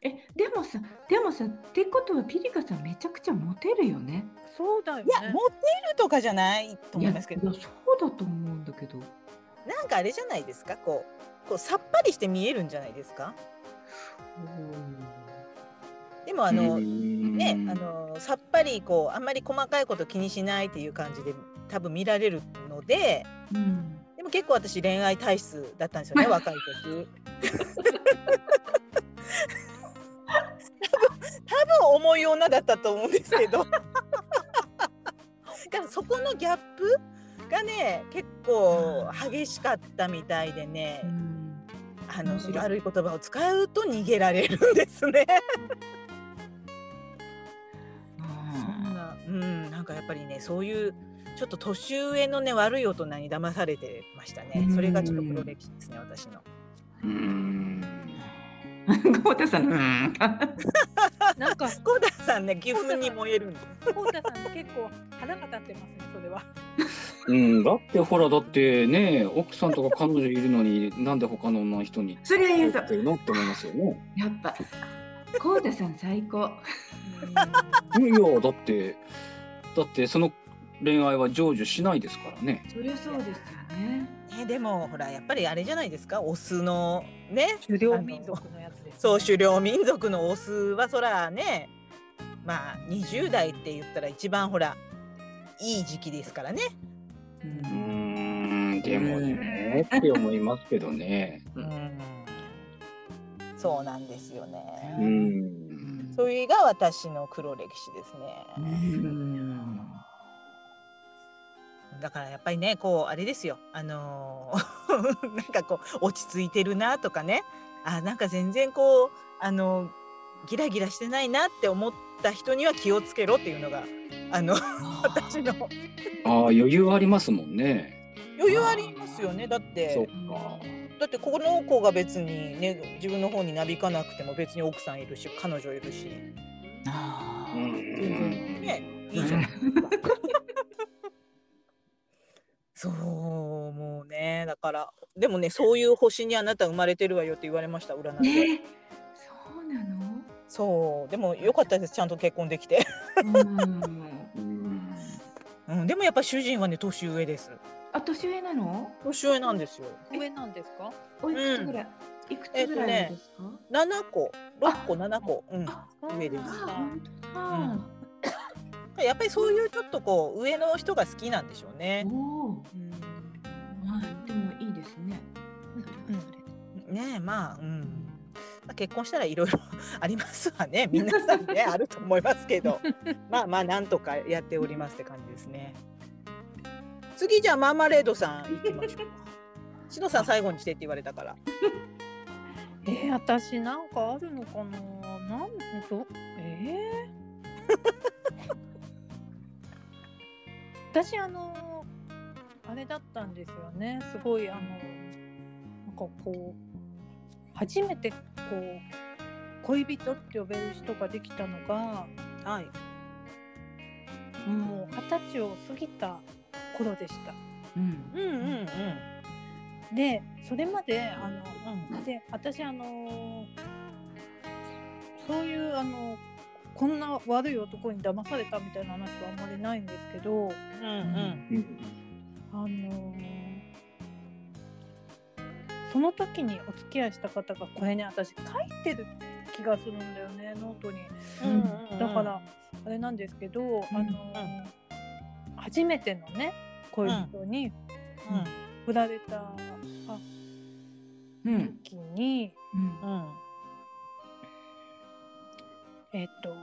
えでもさでもさってことはピリカさんめちゃくちゃモテるよね
そうだよ
いや
ね
モ。テるとかじゃないと思いますけど
いやそうだと思うんだけど
なんかあれじゃないですかこうこうさっぱりして見えるんじゃないですかでもあの、ね
ね
あ、のさっぱりこうあんまり細かいこと気にしないっていう感じで多分見られるので
うん
でも結構私恋愛体質だったんですよね若い時。多分多分重い女だったと思うんですけ ど。だからそこのギャップがね結構激しかったみたいでね、
うん
あの
面白い
悪い言葉を使うと逃げられるんですね。そんな、うん、なんかやっぱりね、そういうちょっと年上のね、悪い大人に騙されてましたね。それがちょっと黒歴史ですね、私の。
うーん。
ゴータさん、うーん。
なんか
コーダさんね、岐阜に燃えるんで。
コウタさん結構腹が立ってますね それは。
うん、だってほらだってね奥さんとか彼女いるのになんで他の女の人に
それは言
言
う
っ
と、
てるのって思いますよね。
やっぱ。ゴータさん最高。
いやだってだってその恋愛は成就しないですからね。
そりゃそうですよね。
ね、でも、ほら、やっぱりあれじゃないですか、オスの、ね、
狩猟民族のやつです、ね。
そう狩猟民族のオスはそらねまあ20代って言ったら一番ほらいい時期ですからね
う
うんーんでもねって思いますけどね。
うんそうなんですよね、
う。
うんん
それが私の黒歴史ですね、だからやっぱりねこうあれですよあのー なんかこう落ち着いてるなとかねあなんか全然こうあのギラギラしてないなって思った人には気をつけろっていうのがあの私の
ああ余裕ありますもんね。
余裕ありますよねだって
そっか。
だってこの子が別にね自分の方になびかなくても別に奥さんいるし彼女いるし
あ
うん
ー
ねいいじゃないですか。 そうもうねだからでもねそういう星にあなた生まれてるわよって言われました占いで
ね。そうなの。
そうでもよかったですちゃんと結婚できて、
うん。
うん
うん、でもやっぱ主人はね年上です
あ、年上なの。
年上なんですよ
上なんですか？
おいくつぐらい。いくつぐらいなんですか。
7個6個7個うん
あ
上です
あ
そう
ー、
なんだ
本当だ。
やっぱりそういうちょっとこう上の人が好きなんでしょうね
お
う
お。
ん
はい、でもいいですね。それはそれで
ねえまあうんまあ結婚したらいろいろありますわね皆さんねあると思いますけどまあまあなんとかやっておりますって感じですね次じゃあマーマレードさん行きましょうかしのさん最後にしてって言われたから
えー、私なんかあるのかな。なんとえー 私あのあれだったんですよね。すごいあのなんかこう初めてこう恋人って呼べる人ができたのが
はい
もう二十歳を過ぎた頃でした。
うん。
うんうんうんうん
でそれまであので私あのーそういうあのこんな悪い男に騙されたみたいな話はあんまりないんですけど
うん
あのーその時にお付き合いした方がこれね私書いてる気がするんだよねノートに。
うんうん
だからあれなんですけど、あのー初めてのね恋人に振られた
うん。
時に。
うん。
うんうん
えっと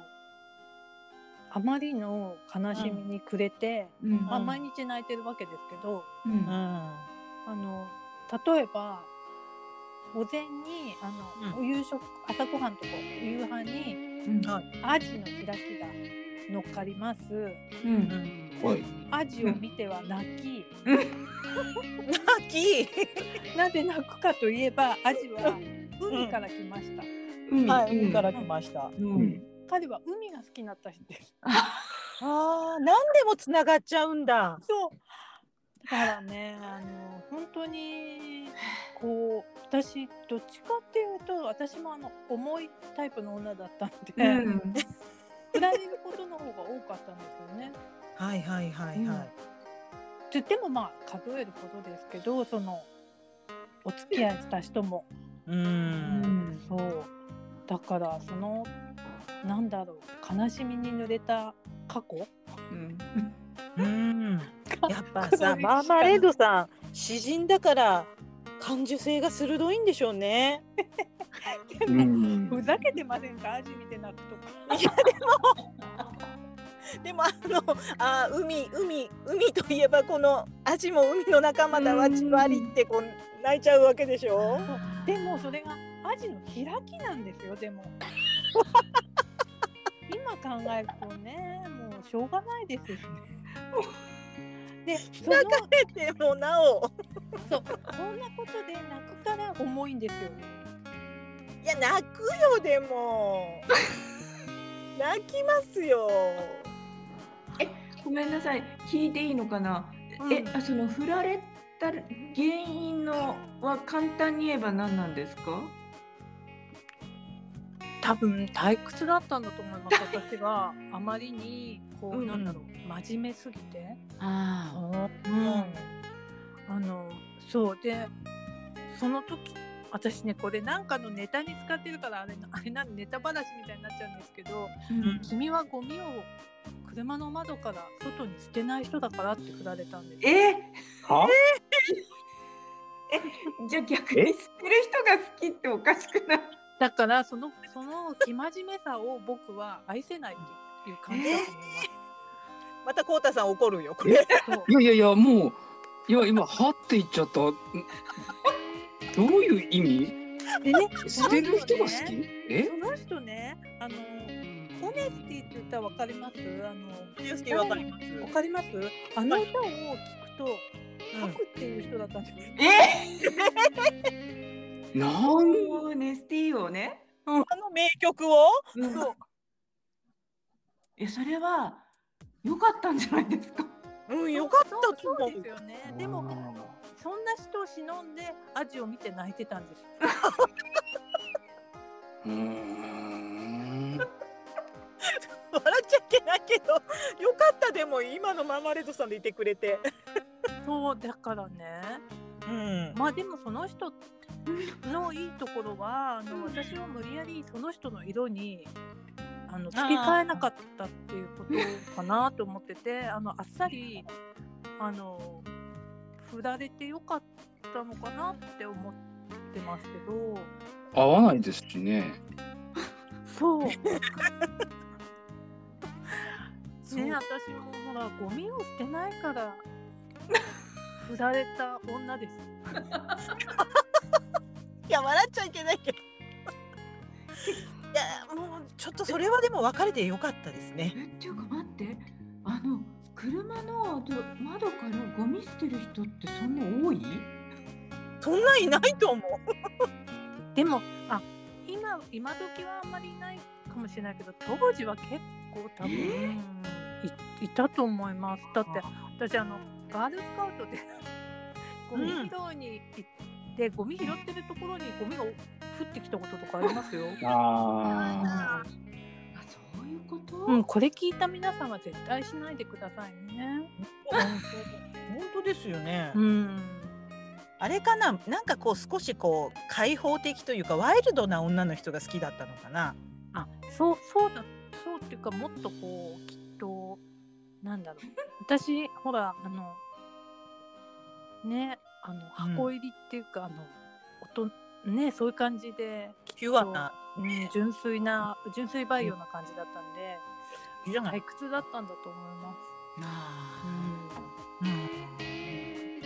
あまりの悲しみに暮れて、
うん。
まあ、
うん
毎日泣いてるわけですけど、
うん
うん
あの例えば午前にあの、
う
お夕食朝ごはんとか夕飯に
うん
はい
アジの開きが乗っかります
う。
うんん
はい。
アジを見ては泣き、
泣き
なぜ泣くかといえばアジは海から来ました、
うん。
はい海から来ました
う。
うんん
彼は海が好きになった人です
あー何でもつながっちゃうんだ
そう。だからね、あの本当にこう私どっちかっていうと私もあの重いタイプの女だったんで、
う
振
ん。
られることの方が多かったんですよね。
はいはいはいはい
つってもまあ数えることですけど、そのお付き合いした人も
うん
そう。だからそのなんだろう悲しみに濡れた過去。
うんやっぱ
黒
さ
歴史
マーマレードさん詩人だから感受性が鋭いんでしょうね。
で
う
も
ん
ふざけてませんか味見て泣くとか。
でもあのあー海海海といえばこのアジも海の仲間だわ
うん
チワリってこう泣いちゃうわけでしょ
でもそれがアジの開きなんですよで も今考えるとねもうしょうがないですよね。でその
泣かれてもなお
そうそんなことで泣くから重いんですよね。
いや泣くよでも泣きますよ
ごめんなさい聞いていいのかな、
うん
えあその振られた原因のは簡単に言えば何なんですか
多分退屈だったんだと思います私があまりにこう、
うんうん
なんだろう真面目すぎて、
ああ、うん
あのそうでその時私ねこれなんかのネタに使ってるからあれなあれなネタ話みたいになっちゃうんですけど
うん
「君はゴミを車の窓から外に捨てない人だから」って振られたんです
え
は
じゃあ逆に捨てる人が好きっておかしくない
だからそのその生真面目さを僕は愛せないっていう感じだと思います。
またこうたさん怒るよこれ
そう
いやいやいや、もう、いや、今、はって言っちゃった。んどういう意味
でね
捨てる人が好
その人
き
ね
え
その人ね、あの、オネスティって歌わかります。あの、
ユースケわかります
わかります。あの歌を聞くと、
うん
書くっていう人だったんです。
え
なん
もうねスティーをね、
あの名曲を
うん、
そう
えそれは良かったんじゃないですか
うんよかったと
そうそ
思
う
う
ですよね。でも、そんな人を忍んで、アジを見て泣いてたんです。
うーん。
笑っちゃいけないけどよかったでも今のマーマレードさんでいてくれて
そう、だからね。
うん
まあ、でも、その人。のいいところは、あの、私は無理やりその人の色に。あの付け替えなかったっていうことかなと思っててあのあっさりあの振られてよかったのかなって思ってますけど
合わないですしね。
そう ね私
そう
もほらゴミを捨てないから振られた女です
いや笑っちゃいけ ないけどいやもうちょっとそれはでも別れてよかったですね
えっていうか待ってあの車のど窓からゴミ捨てる人ってそんな多い
そんないないと思う
でもあ今今時はあんまりいないかもしれないけど当時は結構多分
え
いいたと思いますだって私あのガールスカウトでゴミ拾いに行って、ゴミ拾ってるところにゴミが降ってきたこととかありますよ。
あ
あそういうこと、
うん、これ聞いた皆さんは絶対しないでくださいね。
本当ですよね、
うん、
あれかななんかこう少しこう開放的というかワイルドな女の人が好きだったのかな
あ、そう、そうだ、そうっていうか、もっとこう、きっと。なん だろう、私、ほら、あの。ね、あの箱入りっていうか、あの、音、ね、そういう感じで。
ピュアな
うん純粋な、純粋培養な感じだったんで、
いいじゃない、
退屈だったんだと思います。う
あ
ん。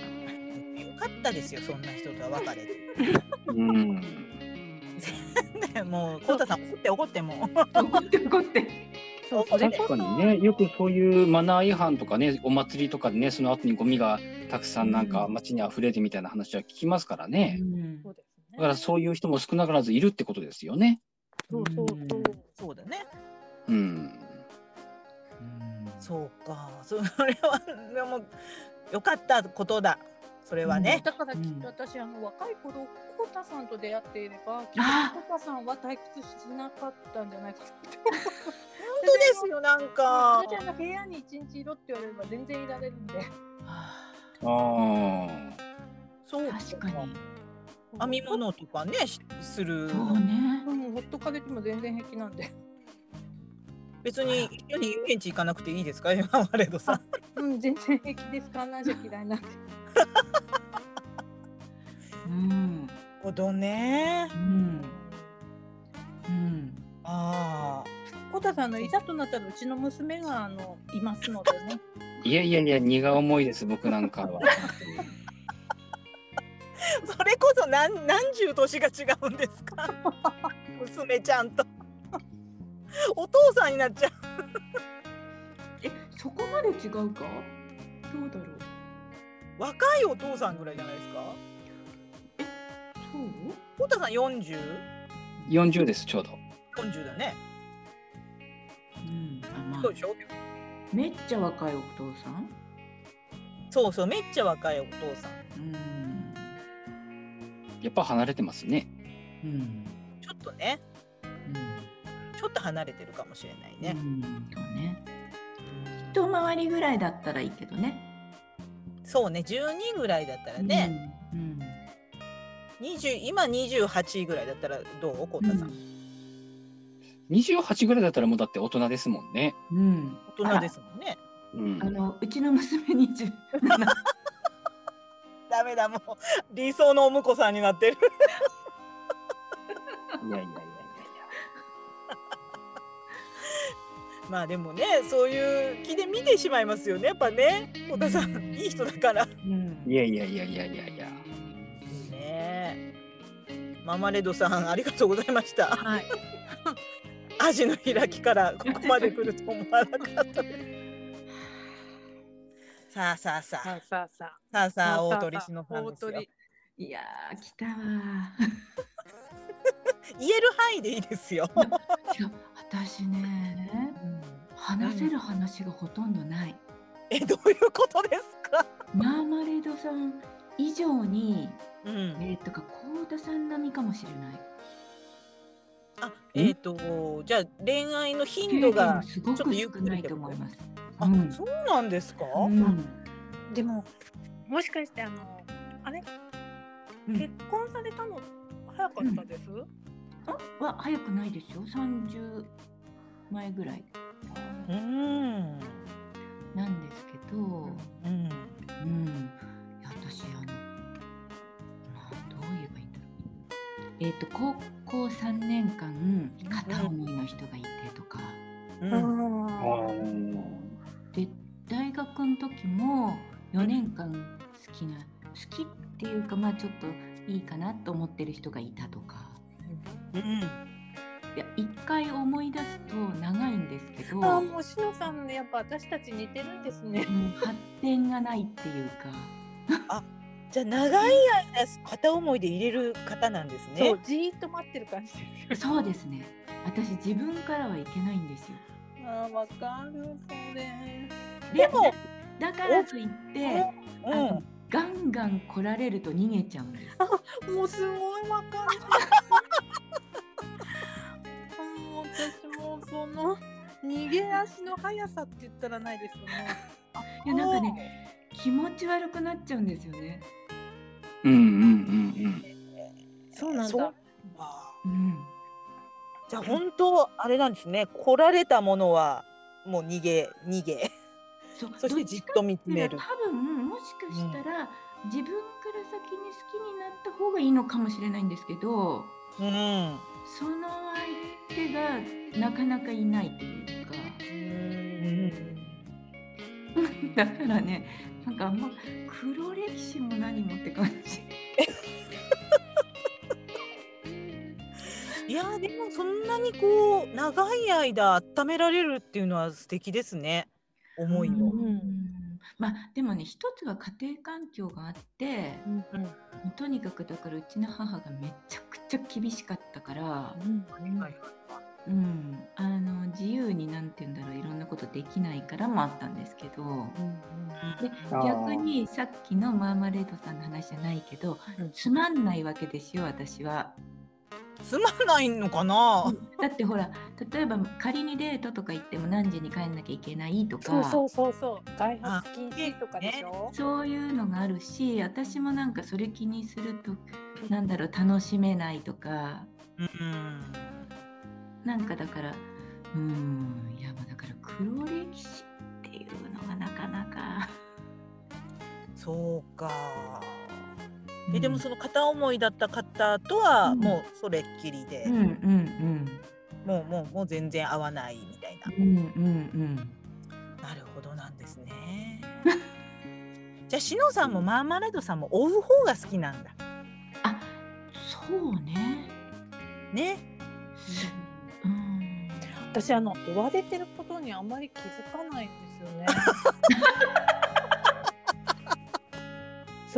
うん、よかったですよそんな人とは別れて
あ。うん。
ね もうこうたさん怒って怒っても
ー怒って怒って
そう、それこ
確
そ
かにね、よくそういうマナー違反とかね、お祭りとかでね、その後にゴミがたくさんなんか街に溢れるみたいな話は聞きますからね。
ん
そうですね。
だからそういう人も少なからずいるってことですよね。
そうそうそう。
そうだね
うん。
そう かそれはでもよかったことだそれはね、
だからきっと私、あの若い頃コウタさんと出会っていればきっとコウタさんは退屈しなかったんじゃないか って
本当ですよなんか
私あの部屋に一日いろって言われれば全然いられるんで
あ
ああ。
そう
ー確かに
編み物とかねしする
そうね
うんほっとかれても全然平気なんで
別に一緒に遊園地行かなくていいですか 今マレードさん
うん全然平気です観覧車嫌いなんで
うん
ほどね
うんうん
あ
コウタさんあのいざとなったらうちの娘があのいますのでね
いやいやいや、荷が重いです、僕なんかは。
それこそ何何十年が違うんです か娘ちゃんとお父さんになっちゃう
え、そこまで違うか。どうだろう。
若いお父さんぐらいじゃないですか
そう。
太田さん 40?40
40です、ちょうど。
だね
うん、あ、まあ
そう、でしょ
めっちゃ若いお父さん。
そうそうめっちゃ若いお父さん
うん。
やっぱ離れてますね。
うん。
ちょっとね
うん。
ちょっと離れてるかもしれないね
う、ん、そうね。一回りぐらいだったらいいけどね。
そうね12ぐらいだったらね、
うん。
20今28ぐらいだったらどう浩太さん、
28ぐらいだったらもうだって大人ですもんね。
うん。うん。
大人ですもんね
うん
あ。の、うちの娘二十。
ダメだもう理想のお婿さんになってる
いやいやいやいや。
まあでもねそういう気で見てしまいますよねやっぱね浩太さんいい人だからね
うん
いやいやいやいやいやいや。
えママレドさんありがとうございました
はい。
アジの開きからここまで来ると思わなかったです。さあさあさ
さ
あ
あさあさあ。
さあさあ
さ
大
あ
鳥氏のさん
大
ですよ。
鳥。
いやー、来たわ
言える範囲でいいですよ。
ー。違う、私ね。話せる話がほとんどない。
えどういうことですか？
マーマレードさん以上に、
うん。
えー、とか、幸田さん並みかもしれない。
あえっ、とじゃあ恋愛の頻度が
すご
ちょっと
く
ゆ
少
っくり
ないと思います。
あ
うん
そうなんですか？
うん
でももしかしてあのあれ
うん
結婚されたの早かったです？
あは早くないですよ。三十前ぐらい
うん。
なんですけど、うん、
うん。
いや私あの、まあ、どう言えばいいんだろう。えっ、と高校三年間片思いの人がいてとか、
う。
うんん。
で大学の時も四年間好きな好きっていうかまあちょっといいかなと思ってる人がいたとか。
うん。
いや一回思い出すと長いんですけど、
ああ
うん
もうしのさんねやっぱ私たち似てるんですね。
発展がないっていうか、
じゃあ長い間片思いで入れる方なんです
そ
ね
う。じーっと待ってる感じですよ。
そうですね。私自分からはいけないんですよ。
ああわかるそれ。
で
でも、
だからといって、
う
あ
ん。
のガンガン来られると逃げちゃうんです。
もうすごいわ かる。もう私もその逃げ足の速さって言ったらないですよね。
いやなんかね気持ち悪くなっちゃうんですよね。
うんうんうんうん。
そうなん
そう
だ。
あー
うん。
じゃあ本当あれなんですね来られたものはもう逃げ逃 げ
そう
そしてじっと見つめる
だから多分もしかしたら、自分から先に好きになった方がいいのかもしれないんですけど、
うん
その相手がなかなかいないっていうか。だからね、なんかあんま黒歴史も何もって感じ。
いやーでもそんなにこう長い間温められるっていうのは素敵ですね思いを、
うんまあでもね、一つは家庭環境があって、
うんうん
もうとにかくだからうちの母がめちゃくちゃ厳しかったから、
うん
はい
うん、あの自由になんて言うんだろう、いろんなことできないからもあったんですけど、で
あー
逆にさっきのマーマレードさんの話じゃないけど、
うん
つまんないわけですよ、私は。
つまんないのかな、
だってほら、例えば仮にデートとか行っても何時に帰んなきゃいけないとか。
そうそうそうそう。外発禁止とかでしょ。
そういうのがあるし私もなんかそれ気にするとなんだろう楽しめないとか
うん、
なんかだからうーんいやまあだから黒歴史っていうのがなかなか。
そうか
う
え
ん
でもその片思いだった方とは
うん
もうそれっきりで、
うんうん
もうもうもう全然合わないみたいな
うんうんうん
なるほどなんですね。じゃあ、しのさんもマーマレードさんも追う方が好きなんだ。
そうね。
ね
うん。
私あの追われてることにあまり気づかないんで す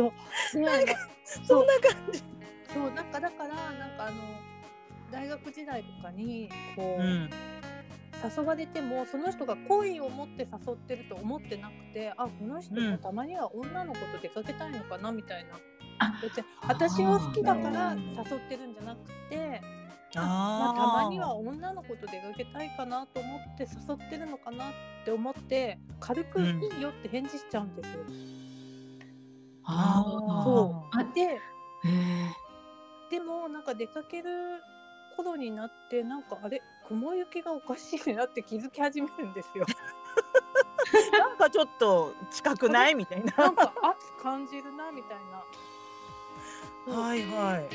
よね。そう。ね
なんか
そ
そ
うん
な感じ
そうなんかだからなんかあの大学時代とかにこう、
うん
誘われてもその人が好意を持って誘ってると思ってなくてあこの人
う
も
ん
たまには女の子と出かけたいのかなみたいな、
あ
別に私を好きだから
うん
誘ってるんじゃなくて。ま
あ
あ、
ー
たまには女の子と出かけたいかなと思って誘ってるのかなって思って軽く「
うん
いいよ」って返事しちゃうんですよ。
ああ。
そ
あ
で
へえ。
でもなんか出かける頃になってなんかあれ雲行きがおかしいなって気づき始めるんで すよ。
なんかちょっと近くないみたいな
なんか圧感じるなみたいな。そう
はいはい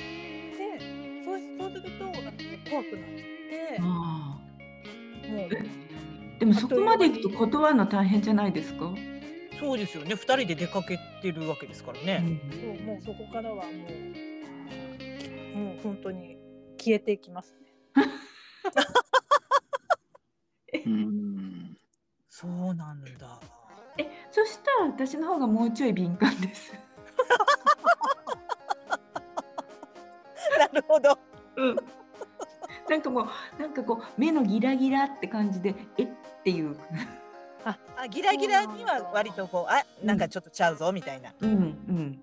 でそうそうするとなんか怖くなって
あ
もう
あ。でもそこまで行くと断るの大変じゃないですか。
そうですよね。二人で出かけてるわけですからね。
そうもうそこからはもうもう本当に消えていきますね。
うん
そうなんだ。
え、そしたら私の方がもうちょい敏感です。
なるほど。
うん。 なんかもうなんかこう目のギラギラって感じでえっていう。
あ、ギラギラには割とこう、あ、なんかちょっとちゃうぞみたいな。
うんうん。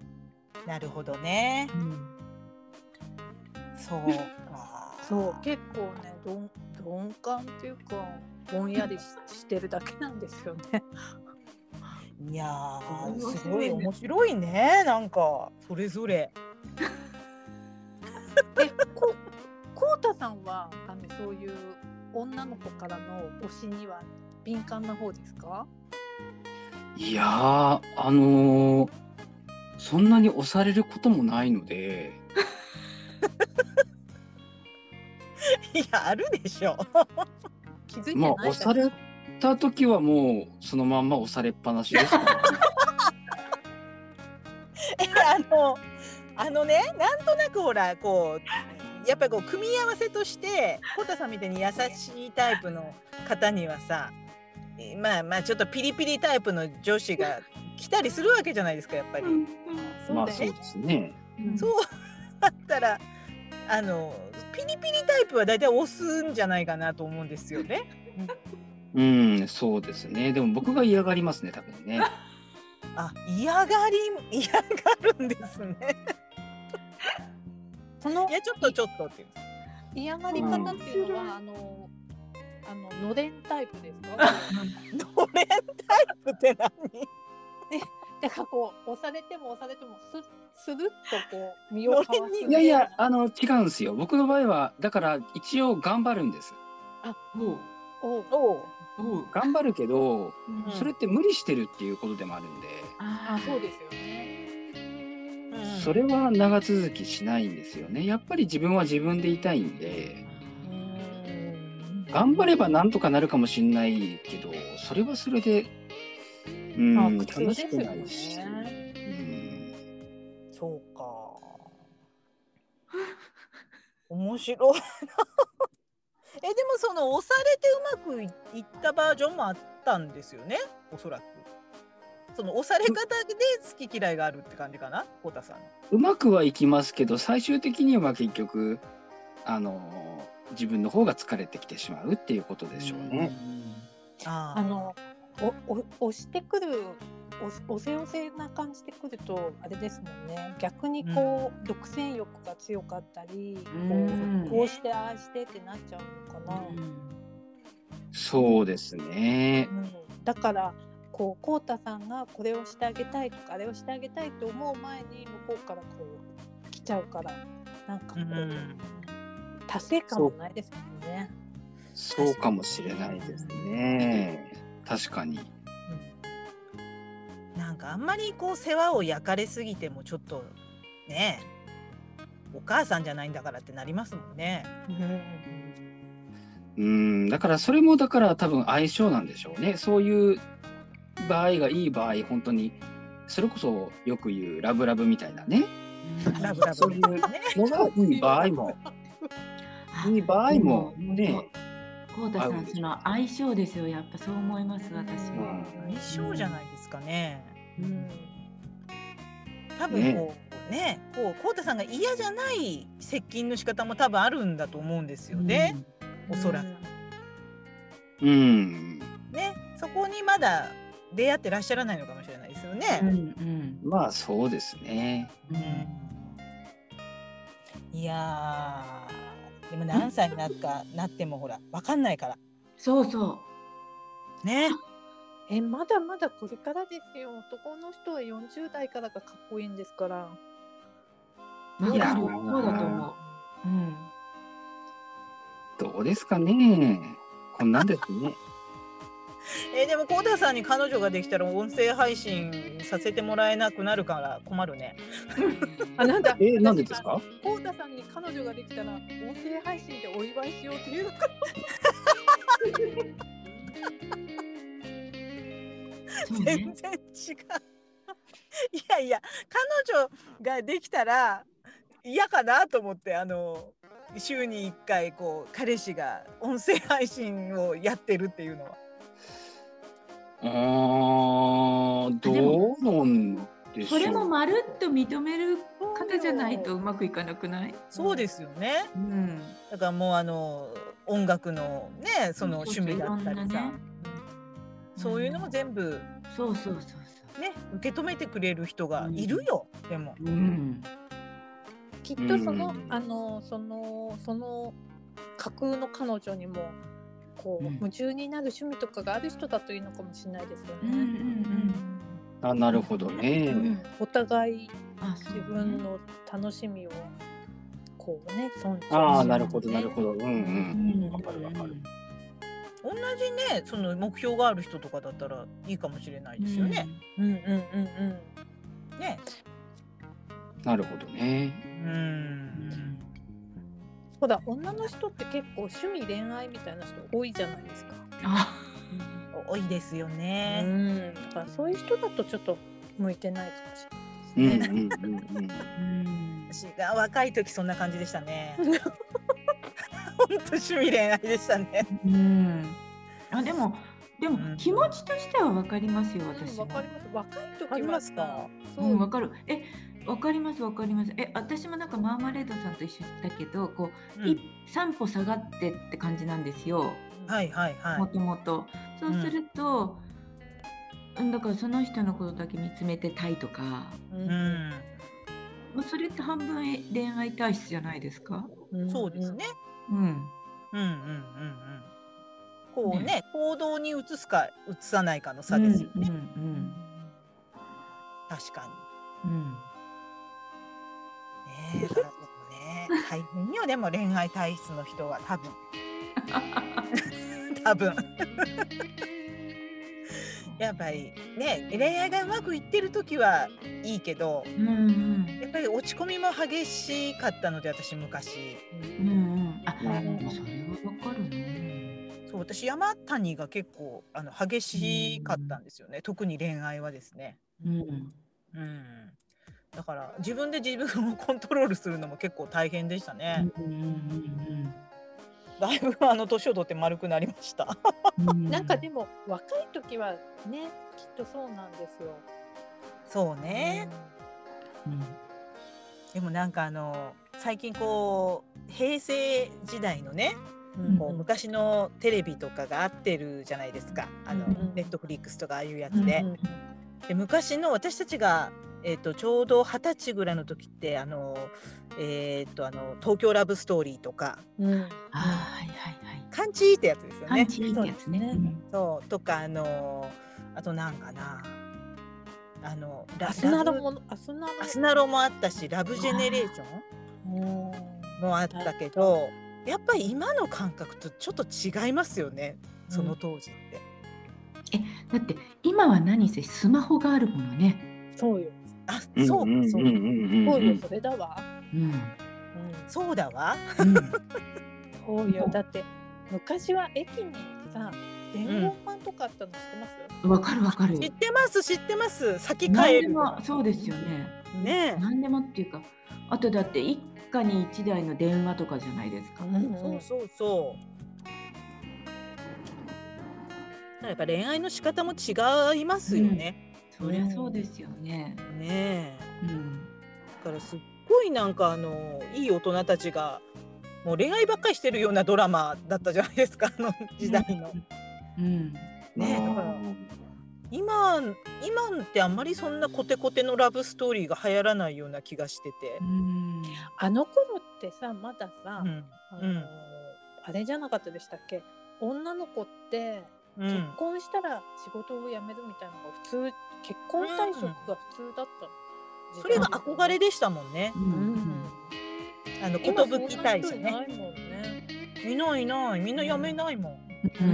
なるほどね。
うん、
そうか。
そう結構ねどん鈍感っていうかぼんやりししてるだけなんですよね。
いやー、
面白いね
すごい面白いね。なんかそれぞれ。
えここうたさんはあのそういう女の子からの推しには敏感な方ですか？
いやーあのーそんなに押されることもないので
いや、あるでしょ。
気づいて
ま
な
あ
い
押された時はもうそのまんま押されっぱなしですね、
え、あの、あのね、なんとなくほら、こう。やっぱりこう組み合わせとしてコタさんみたいに優しいタイプの方にはさえまあまあちょっとピリピリタイプの女子が来たりするわけじゃないですかやっぱり。
そう
まあ
だ
そ
よ
う
ね。
ですね
うん
そうだったらあのピリピリタイプは大体押すんじゃないかなと思うんですよね。
うんそうですねでも僕が嫌がりますね多分 ね
あ嫌がり 嫌がるんですね。
その
いやちょっとちょっとっていう。
嫌がり方っていうのはあのあののれんタイプですか？
ドレンタイプって何？
なんかこう押されても押されてもすするっとこう身を
の
か
れ
わ
ん
す
に
いやいやあの違うんですよ僕の場合はだから一応頑張るんです
おう
おう
お
おう。
頑張るけど
うん
それって無理してるっていうことでもあるんで、
あ
あー
そうですよね。
それは長続きしないんですよねやっぱり自分は自分でいたいんで頑張ればなんとかなるかもしれないけどそれはそれでうん
まあ苦
楽
痛で
し
す
く
よ
ないし、
ね。
うん
そうか。面白いな。えでもその押されてうまくいったバージョンもあったんですよね。おそらく。その押され方で好き嫌いがあるって感じかな、コタさんの。
うまくはいきますけど最終的には結局あの自分の方が疲れてきてしまうっていうことでしょうね。
あ
あのおお押してくるおおせおせな感じでくるとあれですもんね逆にこう、独占欲が強かったりこ
うん
うこうしてああしてってなっちゃうのかな。
そうですね
うん、だからこうこうたさんがこれをしてあげたいとかあれをしてあげたいと思う前に向こうからこう来ちゃうからなんかこう、
うん
達成感もないですもんね。
そうかもしれないですね。確かに。
なんかあんまりこう世話を焼かれすぎてもちょっとねえお母さんじゃないんだからってなりますもんね。
うん
うん、だからそれもだから多分相性なんでしょうね。そういう場合がいい場合、本当に、それこそよく言うラブラブみたいなね、
ラブラブ
そういう
ね。
のがいい場合 も、
あ
いい場合も
そ
ね
う、コウタさ
合うん
ん、
です
その相性ですよ。やっぱそう思います、私
う
は。
ん
相性じゃないですかね。
うん
多分こうね、こうコウタさんが嫌じゃない接近の仕方も多分あるんだと思うんですよね。おそらく
うん、
ね、そこにまだ出会ってらっしゃらないのかもしれないですよ
うん、う
ね。
ん、
まあそうですね。
うん、
いやー、でも何歳になったなってもほらわかんないから
そうそ
ね。
えまだまだこれからですよ男の人は40代からがかっこいいんですから
う。わ
いや
かる。そうだと思う。うん。
どうですかね。こんなんですね。
えーでもコウタさんに彼女ができたら音声配信させてもらえなくなるから困るね。
あなんだ
えなんでですか
コウタさんに彼女ができたら音声配信でお祝いしようというのか
そう
全
ね。
然違う。 いやいや彼女ができたら嫌かなと思ってあの週に1回こう彼氏が音声配信をやってるっていうのは。
あーどうなんでしょ。
そうれもまるっと認める方じゃないとうまくいかなくない。
そうですよね。
うん。
だからもうあの音楽のねその趣
そうそう
味だったり
いろん
さ
なね
そういうのも全部
そうそうそうそ
ね受け止めてくれる人がいるよ、でも。
う。うん。
きっとその、
うん
あのそのその架空の彼女にもこう、
うん
夢中になる趣味とかがある人だといいのかもしれないですよね。
うんうんうん。
あなるほどね。
うんお互い
あ、そう
自
ね
分。の楽しみをこうね尊重し合って
ああなるほどなるほど。うんう。
うんん。
わかるわかる
同じねその目標がある人とかだったらいいかもしれないですよね。
うんうんうんうん
ね。
なるほどね。
うん。
ほら女の人って結構趣味恋愛みたいな人多いじゃないですか。
うん。あ、
多いですよ
う
ね。
ん、だからそういう人だとちょっと向いてないかもしれないです
うん
ね。
うんうんうん。
うん。
私が若い時そんな感じでしたね。本当趣味恋愛でしたね。
うん。あ、でも、で
うん
も、気持ちとしてはわかりますよ、私
うんわ
も
か。ります。若い時
わかりますか
はさ
うん、わかる。え、わかります、わかります。え、私もなんかマーマレードさんと一緒だけど、こう、一三歩下がってって感じなんですよ。
はいはい
も
は
ともと。そうすると。うん、だから、その人のことだけ見つめてたいとか。
う
い。うんん。
まあ、それって半分え恋愛体質じゃないですか。
ん
そうですね。。
うん。
うんうんうんうん。こうね行動に移すか移さないかの差ですよね。
うん。
確か
うん。うん。
に。ねえ。だからでもね大変よでも恋愛体質の人は多分。 多分。 やっぱりね恋愛がうまくいってる時はいいけど
うん。うん。
やっぱり落ち込みも激しかったので私昔
うん。うん。あ、
なるほど
それはわかるね。
そう私山谷が結構あの激しかったんですよね特に恋愛はですね、
うん。
うん、だから自分で自分をコントロールするのも結構大変でしたね、
うんうん
だいぶあの年を取って丸くなりました
うんうん。
なんかでも若い時はねきっとそうなんですよ。
そうね、
うん、
でもなんかあの最近こう平成時代のね
うん
こう
うん
昔のテレビとかが合ってるじゃないですかあの、
うん
うん
ネットフリックスとかああいうや
う
つ
ん
で。
うん
で昔の私たちが、えー、とちょうど二十歳ぐらいの時ってあの、えー、とあの東京ラブストーリーとか
うん
あーはいはいはい
「カンチー」ってやつですよ
パン
ね。
チいいってやつね。
そうです
そうとかあのあとなんかなあのラ
アスナロ
ラブ
ものアスナロ
アスナロもあったし「ラブジェネレーション
うん」
もあったけどやっぱり今の感覚とちょっと違いますよねその当時って。
だって今は何せスマホがあるものね。
そうよ
あ
う ん
そう
うん
そううん
うん
そううん
う
よ
ん
それだわ。
うん。
うん
そうだわ。
うん
そうよだって昔は駅にさ伝言板とかあ ったの知ってます？
わかるわかる。
知ってます知ってます先
何
帰
で
る。
もそうですよね。
ねえ
何でもっていうかあとだって一家に一台の電話とかじゃないですか。
そうそうそう。だからやっぱ恋愛の仕方も違いますよね。
そりゃそうですよね。
ねえ。
うん、
だからすっごいなんかあのいい大人たちがもう恋愛ばっかりしてるようなドラマだったじゃないですかあの時代の。
うん、
ねだから今今ってあんまりそんなコテコテのラブストーリーが流行らないような気がしてて
う。ん、
あの頃ってさまださ、
うん
あの
うん
あれじゃなかったでしたっけ女の子って
う
結
ん、
婚したら仕事を辞めるみたいなのが普通、結婚退職が普通だったの
それが憧れでしたもんね。
う
うんん、
あの寿
今そんな人
退社
いな
ね。
いもんね、
いないいないみんな辞めないもん。
う、
うんん、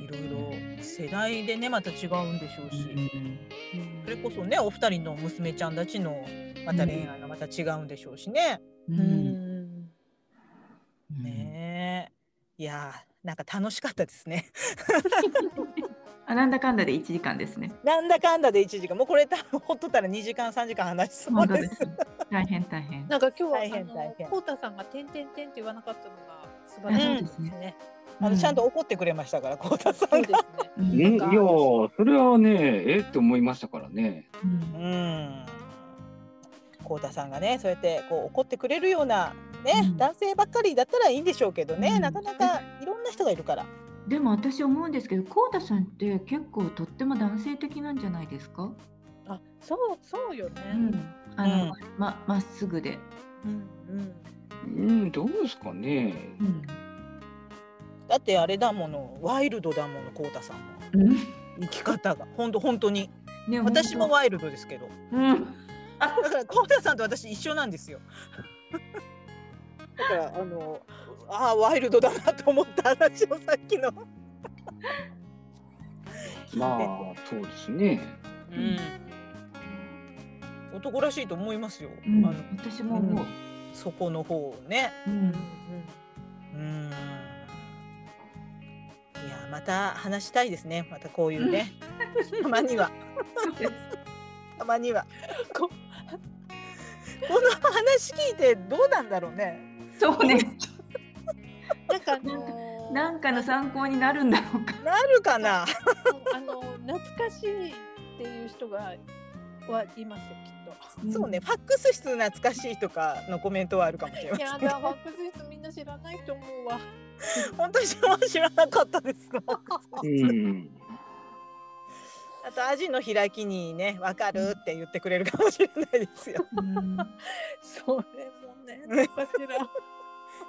うんいろいろ世代でねまた違うんでしょうし、それこそねお二人の娘ちゃんたちのまた恋愛がまた違うんでしょうしね。
う、
うんん
ねえいやーなんか楽しかったですね。
あなんだかんだで一時間ですね。
なんだかんだで1時間もうこれ多分ほっとったら2時間3時間話しそう
本当
で。
ですす。大変大変。
なんか今日は
大変大
あ
変
のコウタさんが点点点って言わなかったのが素晴らしいですね。
あ
う
のちゃんと怒ってくれましたから幸田さ
そうんです
が。
ね。
う
うん
ん、
い
うん
やーそれはねえって思いましたからね。
うん幸田さんがねそうやってこう怒ってくれるような、ね
うん
男性ばっかりだったらいいんでしょうけどね、
うん
なかなかいろんな人がいるから。
でも私思うんですけど、コウタさんって結構とっても男性的なんじゃないですか。
あ、そうそうよね。
うん、あの、
うん
ままっすぐで。
うんうん。
うんどうですかね。
うん、
だってあれだものワイルドだものこうたさんも
うん、
生き方が本当本当に
ね
私も。ワイルドですけど
うん、
だからこうたさんと私一緒なんですよだからあのああワイルドだなと思った話をさっきの
まあそうですね。
うん男らしいと思いますよ、
うん、
あの
私ももう。
そこの方をね
うん
うんいやまた話したいですねまたこういうねたまには
そうです
たまには
こ
この話聞いてどうなんだろうね。
そうね。
なんかあの ー、
なんかの参考になるんだろうか。
なるかな。
あの懐かしいっていう人がはいますよきっと。
そうね、ファックス室懐かしいとかのコメントはあるかもしれません。
やだ、ファックス室みんな知らないと思う わ。
本当にそれは知らなかったです。
うん。
あとアジの開きにね、わかるって言ってくれるかもしれないですよ。
うん。
それもね、 どうかしら。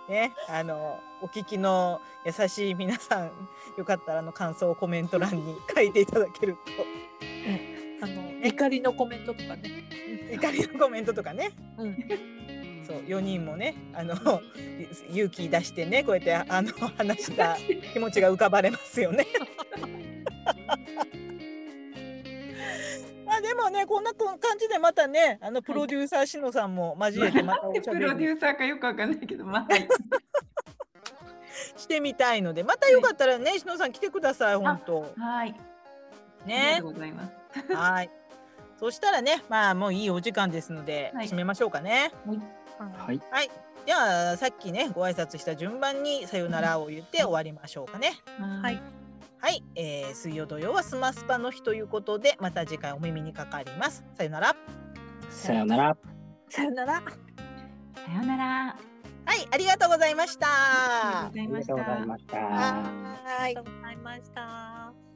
ね、あのお聞きの優しい皆さん、よかったらあの感想をコメント欄 に書いていただける
あの怒りのコメントとかね。
と、怒りのコメントとかね。
うん
そう、4人もね、あの勇気出してね、こうやってあの話した気持ちが浮かばれますよね。 まあでもねこんな感じでまたねあのプロデューサーしのさんも交えてまたおしゃ
プ
べ
ロデ
り
ューサーかよくわかんないけど、まあ、はい
してみたいのでまたよかったらねしのさん来てください本当
はい。ありが
ね
とうございます。
はいそしたらねまあもういいお時間ですので、
はい
締めましょうかね
はい
はい。
ではさっきねご挨拶した順番にさよならを言って終わりましょうかね
はい
はい、えー、水曜土曜はスマスパの日ということでまた次回お耳にかかりますさよなら
さよなら。
さよなら。
さようなら。
はい、ありがとうございました。
ありがとうございました。
した
はーい
ありがとうございました。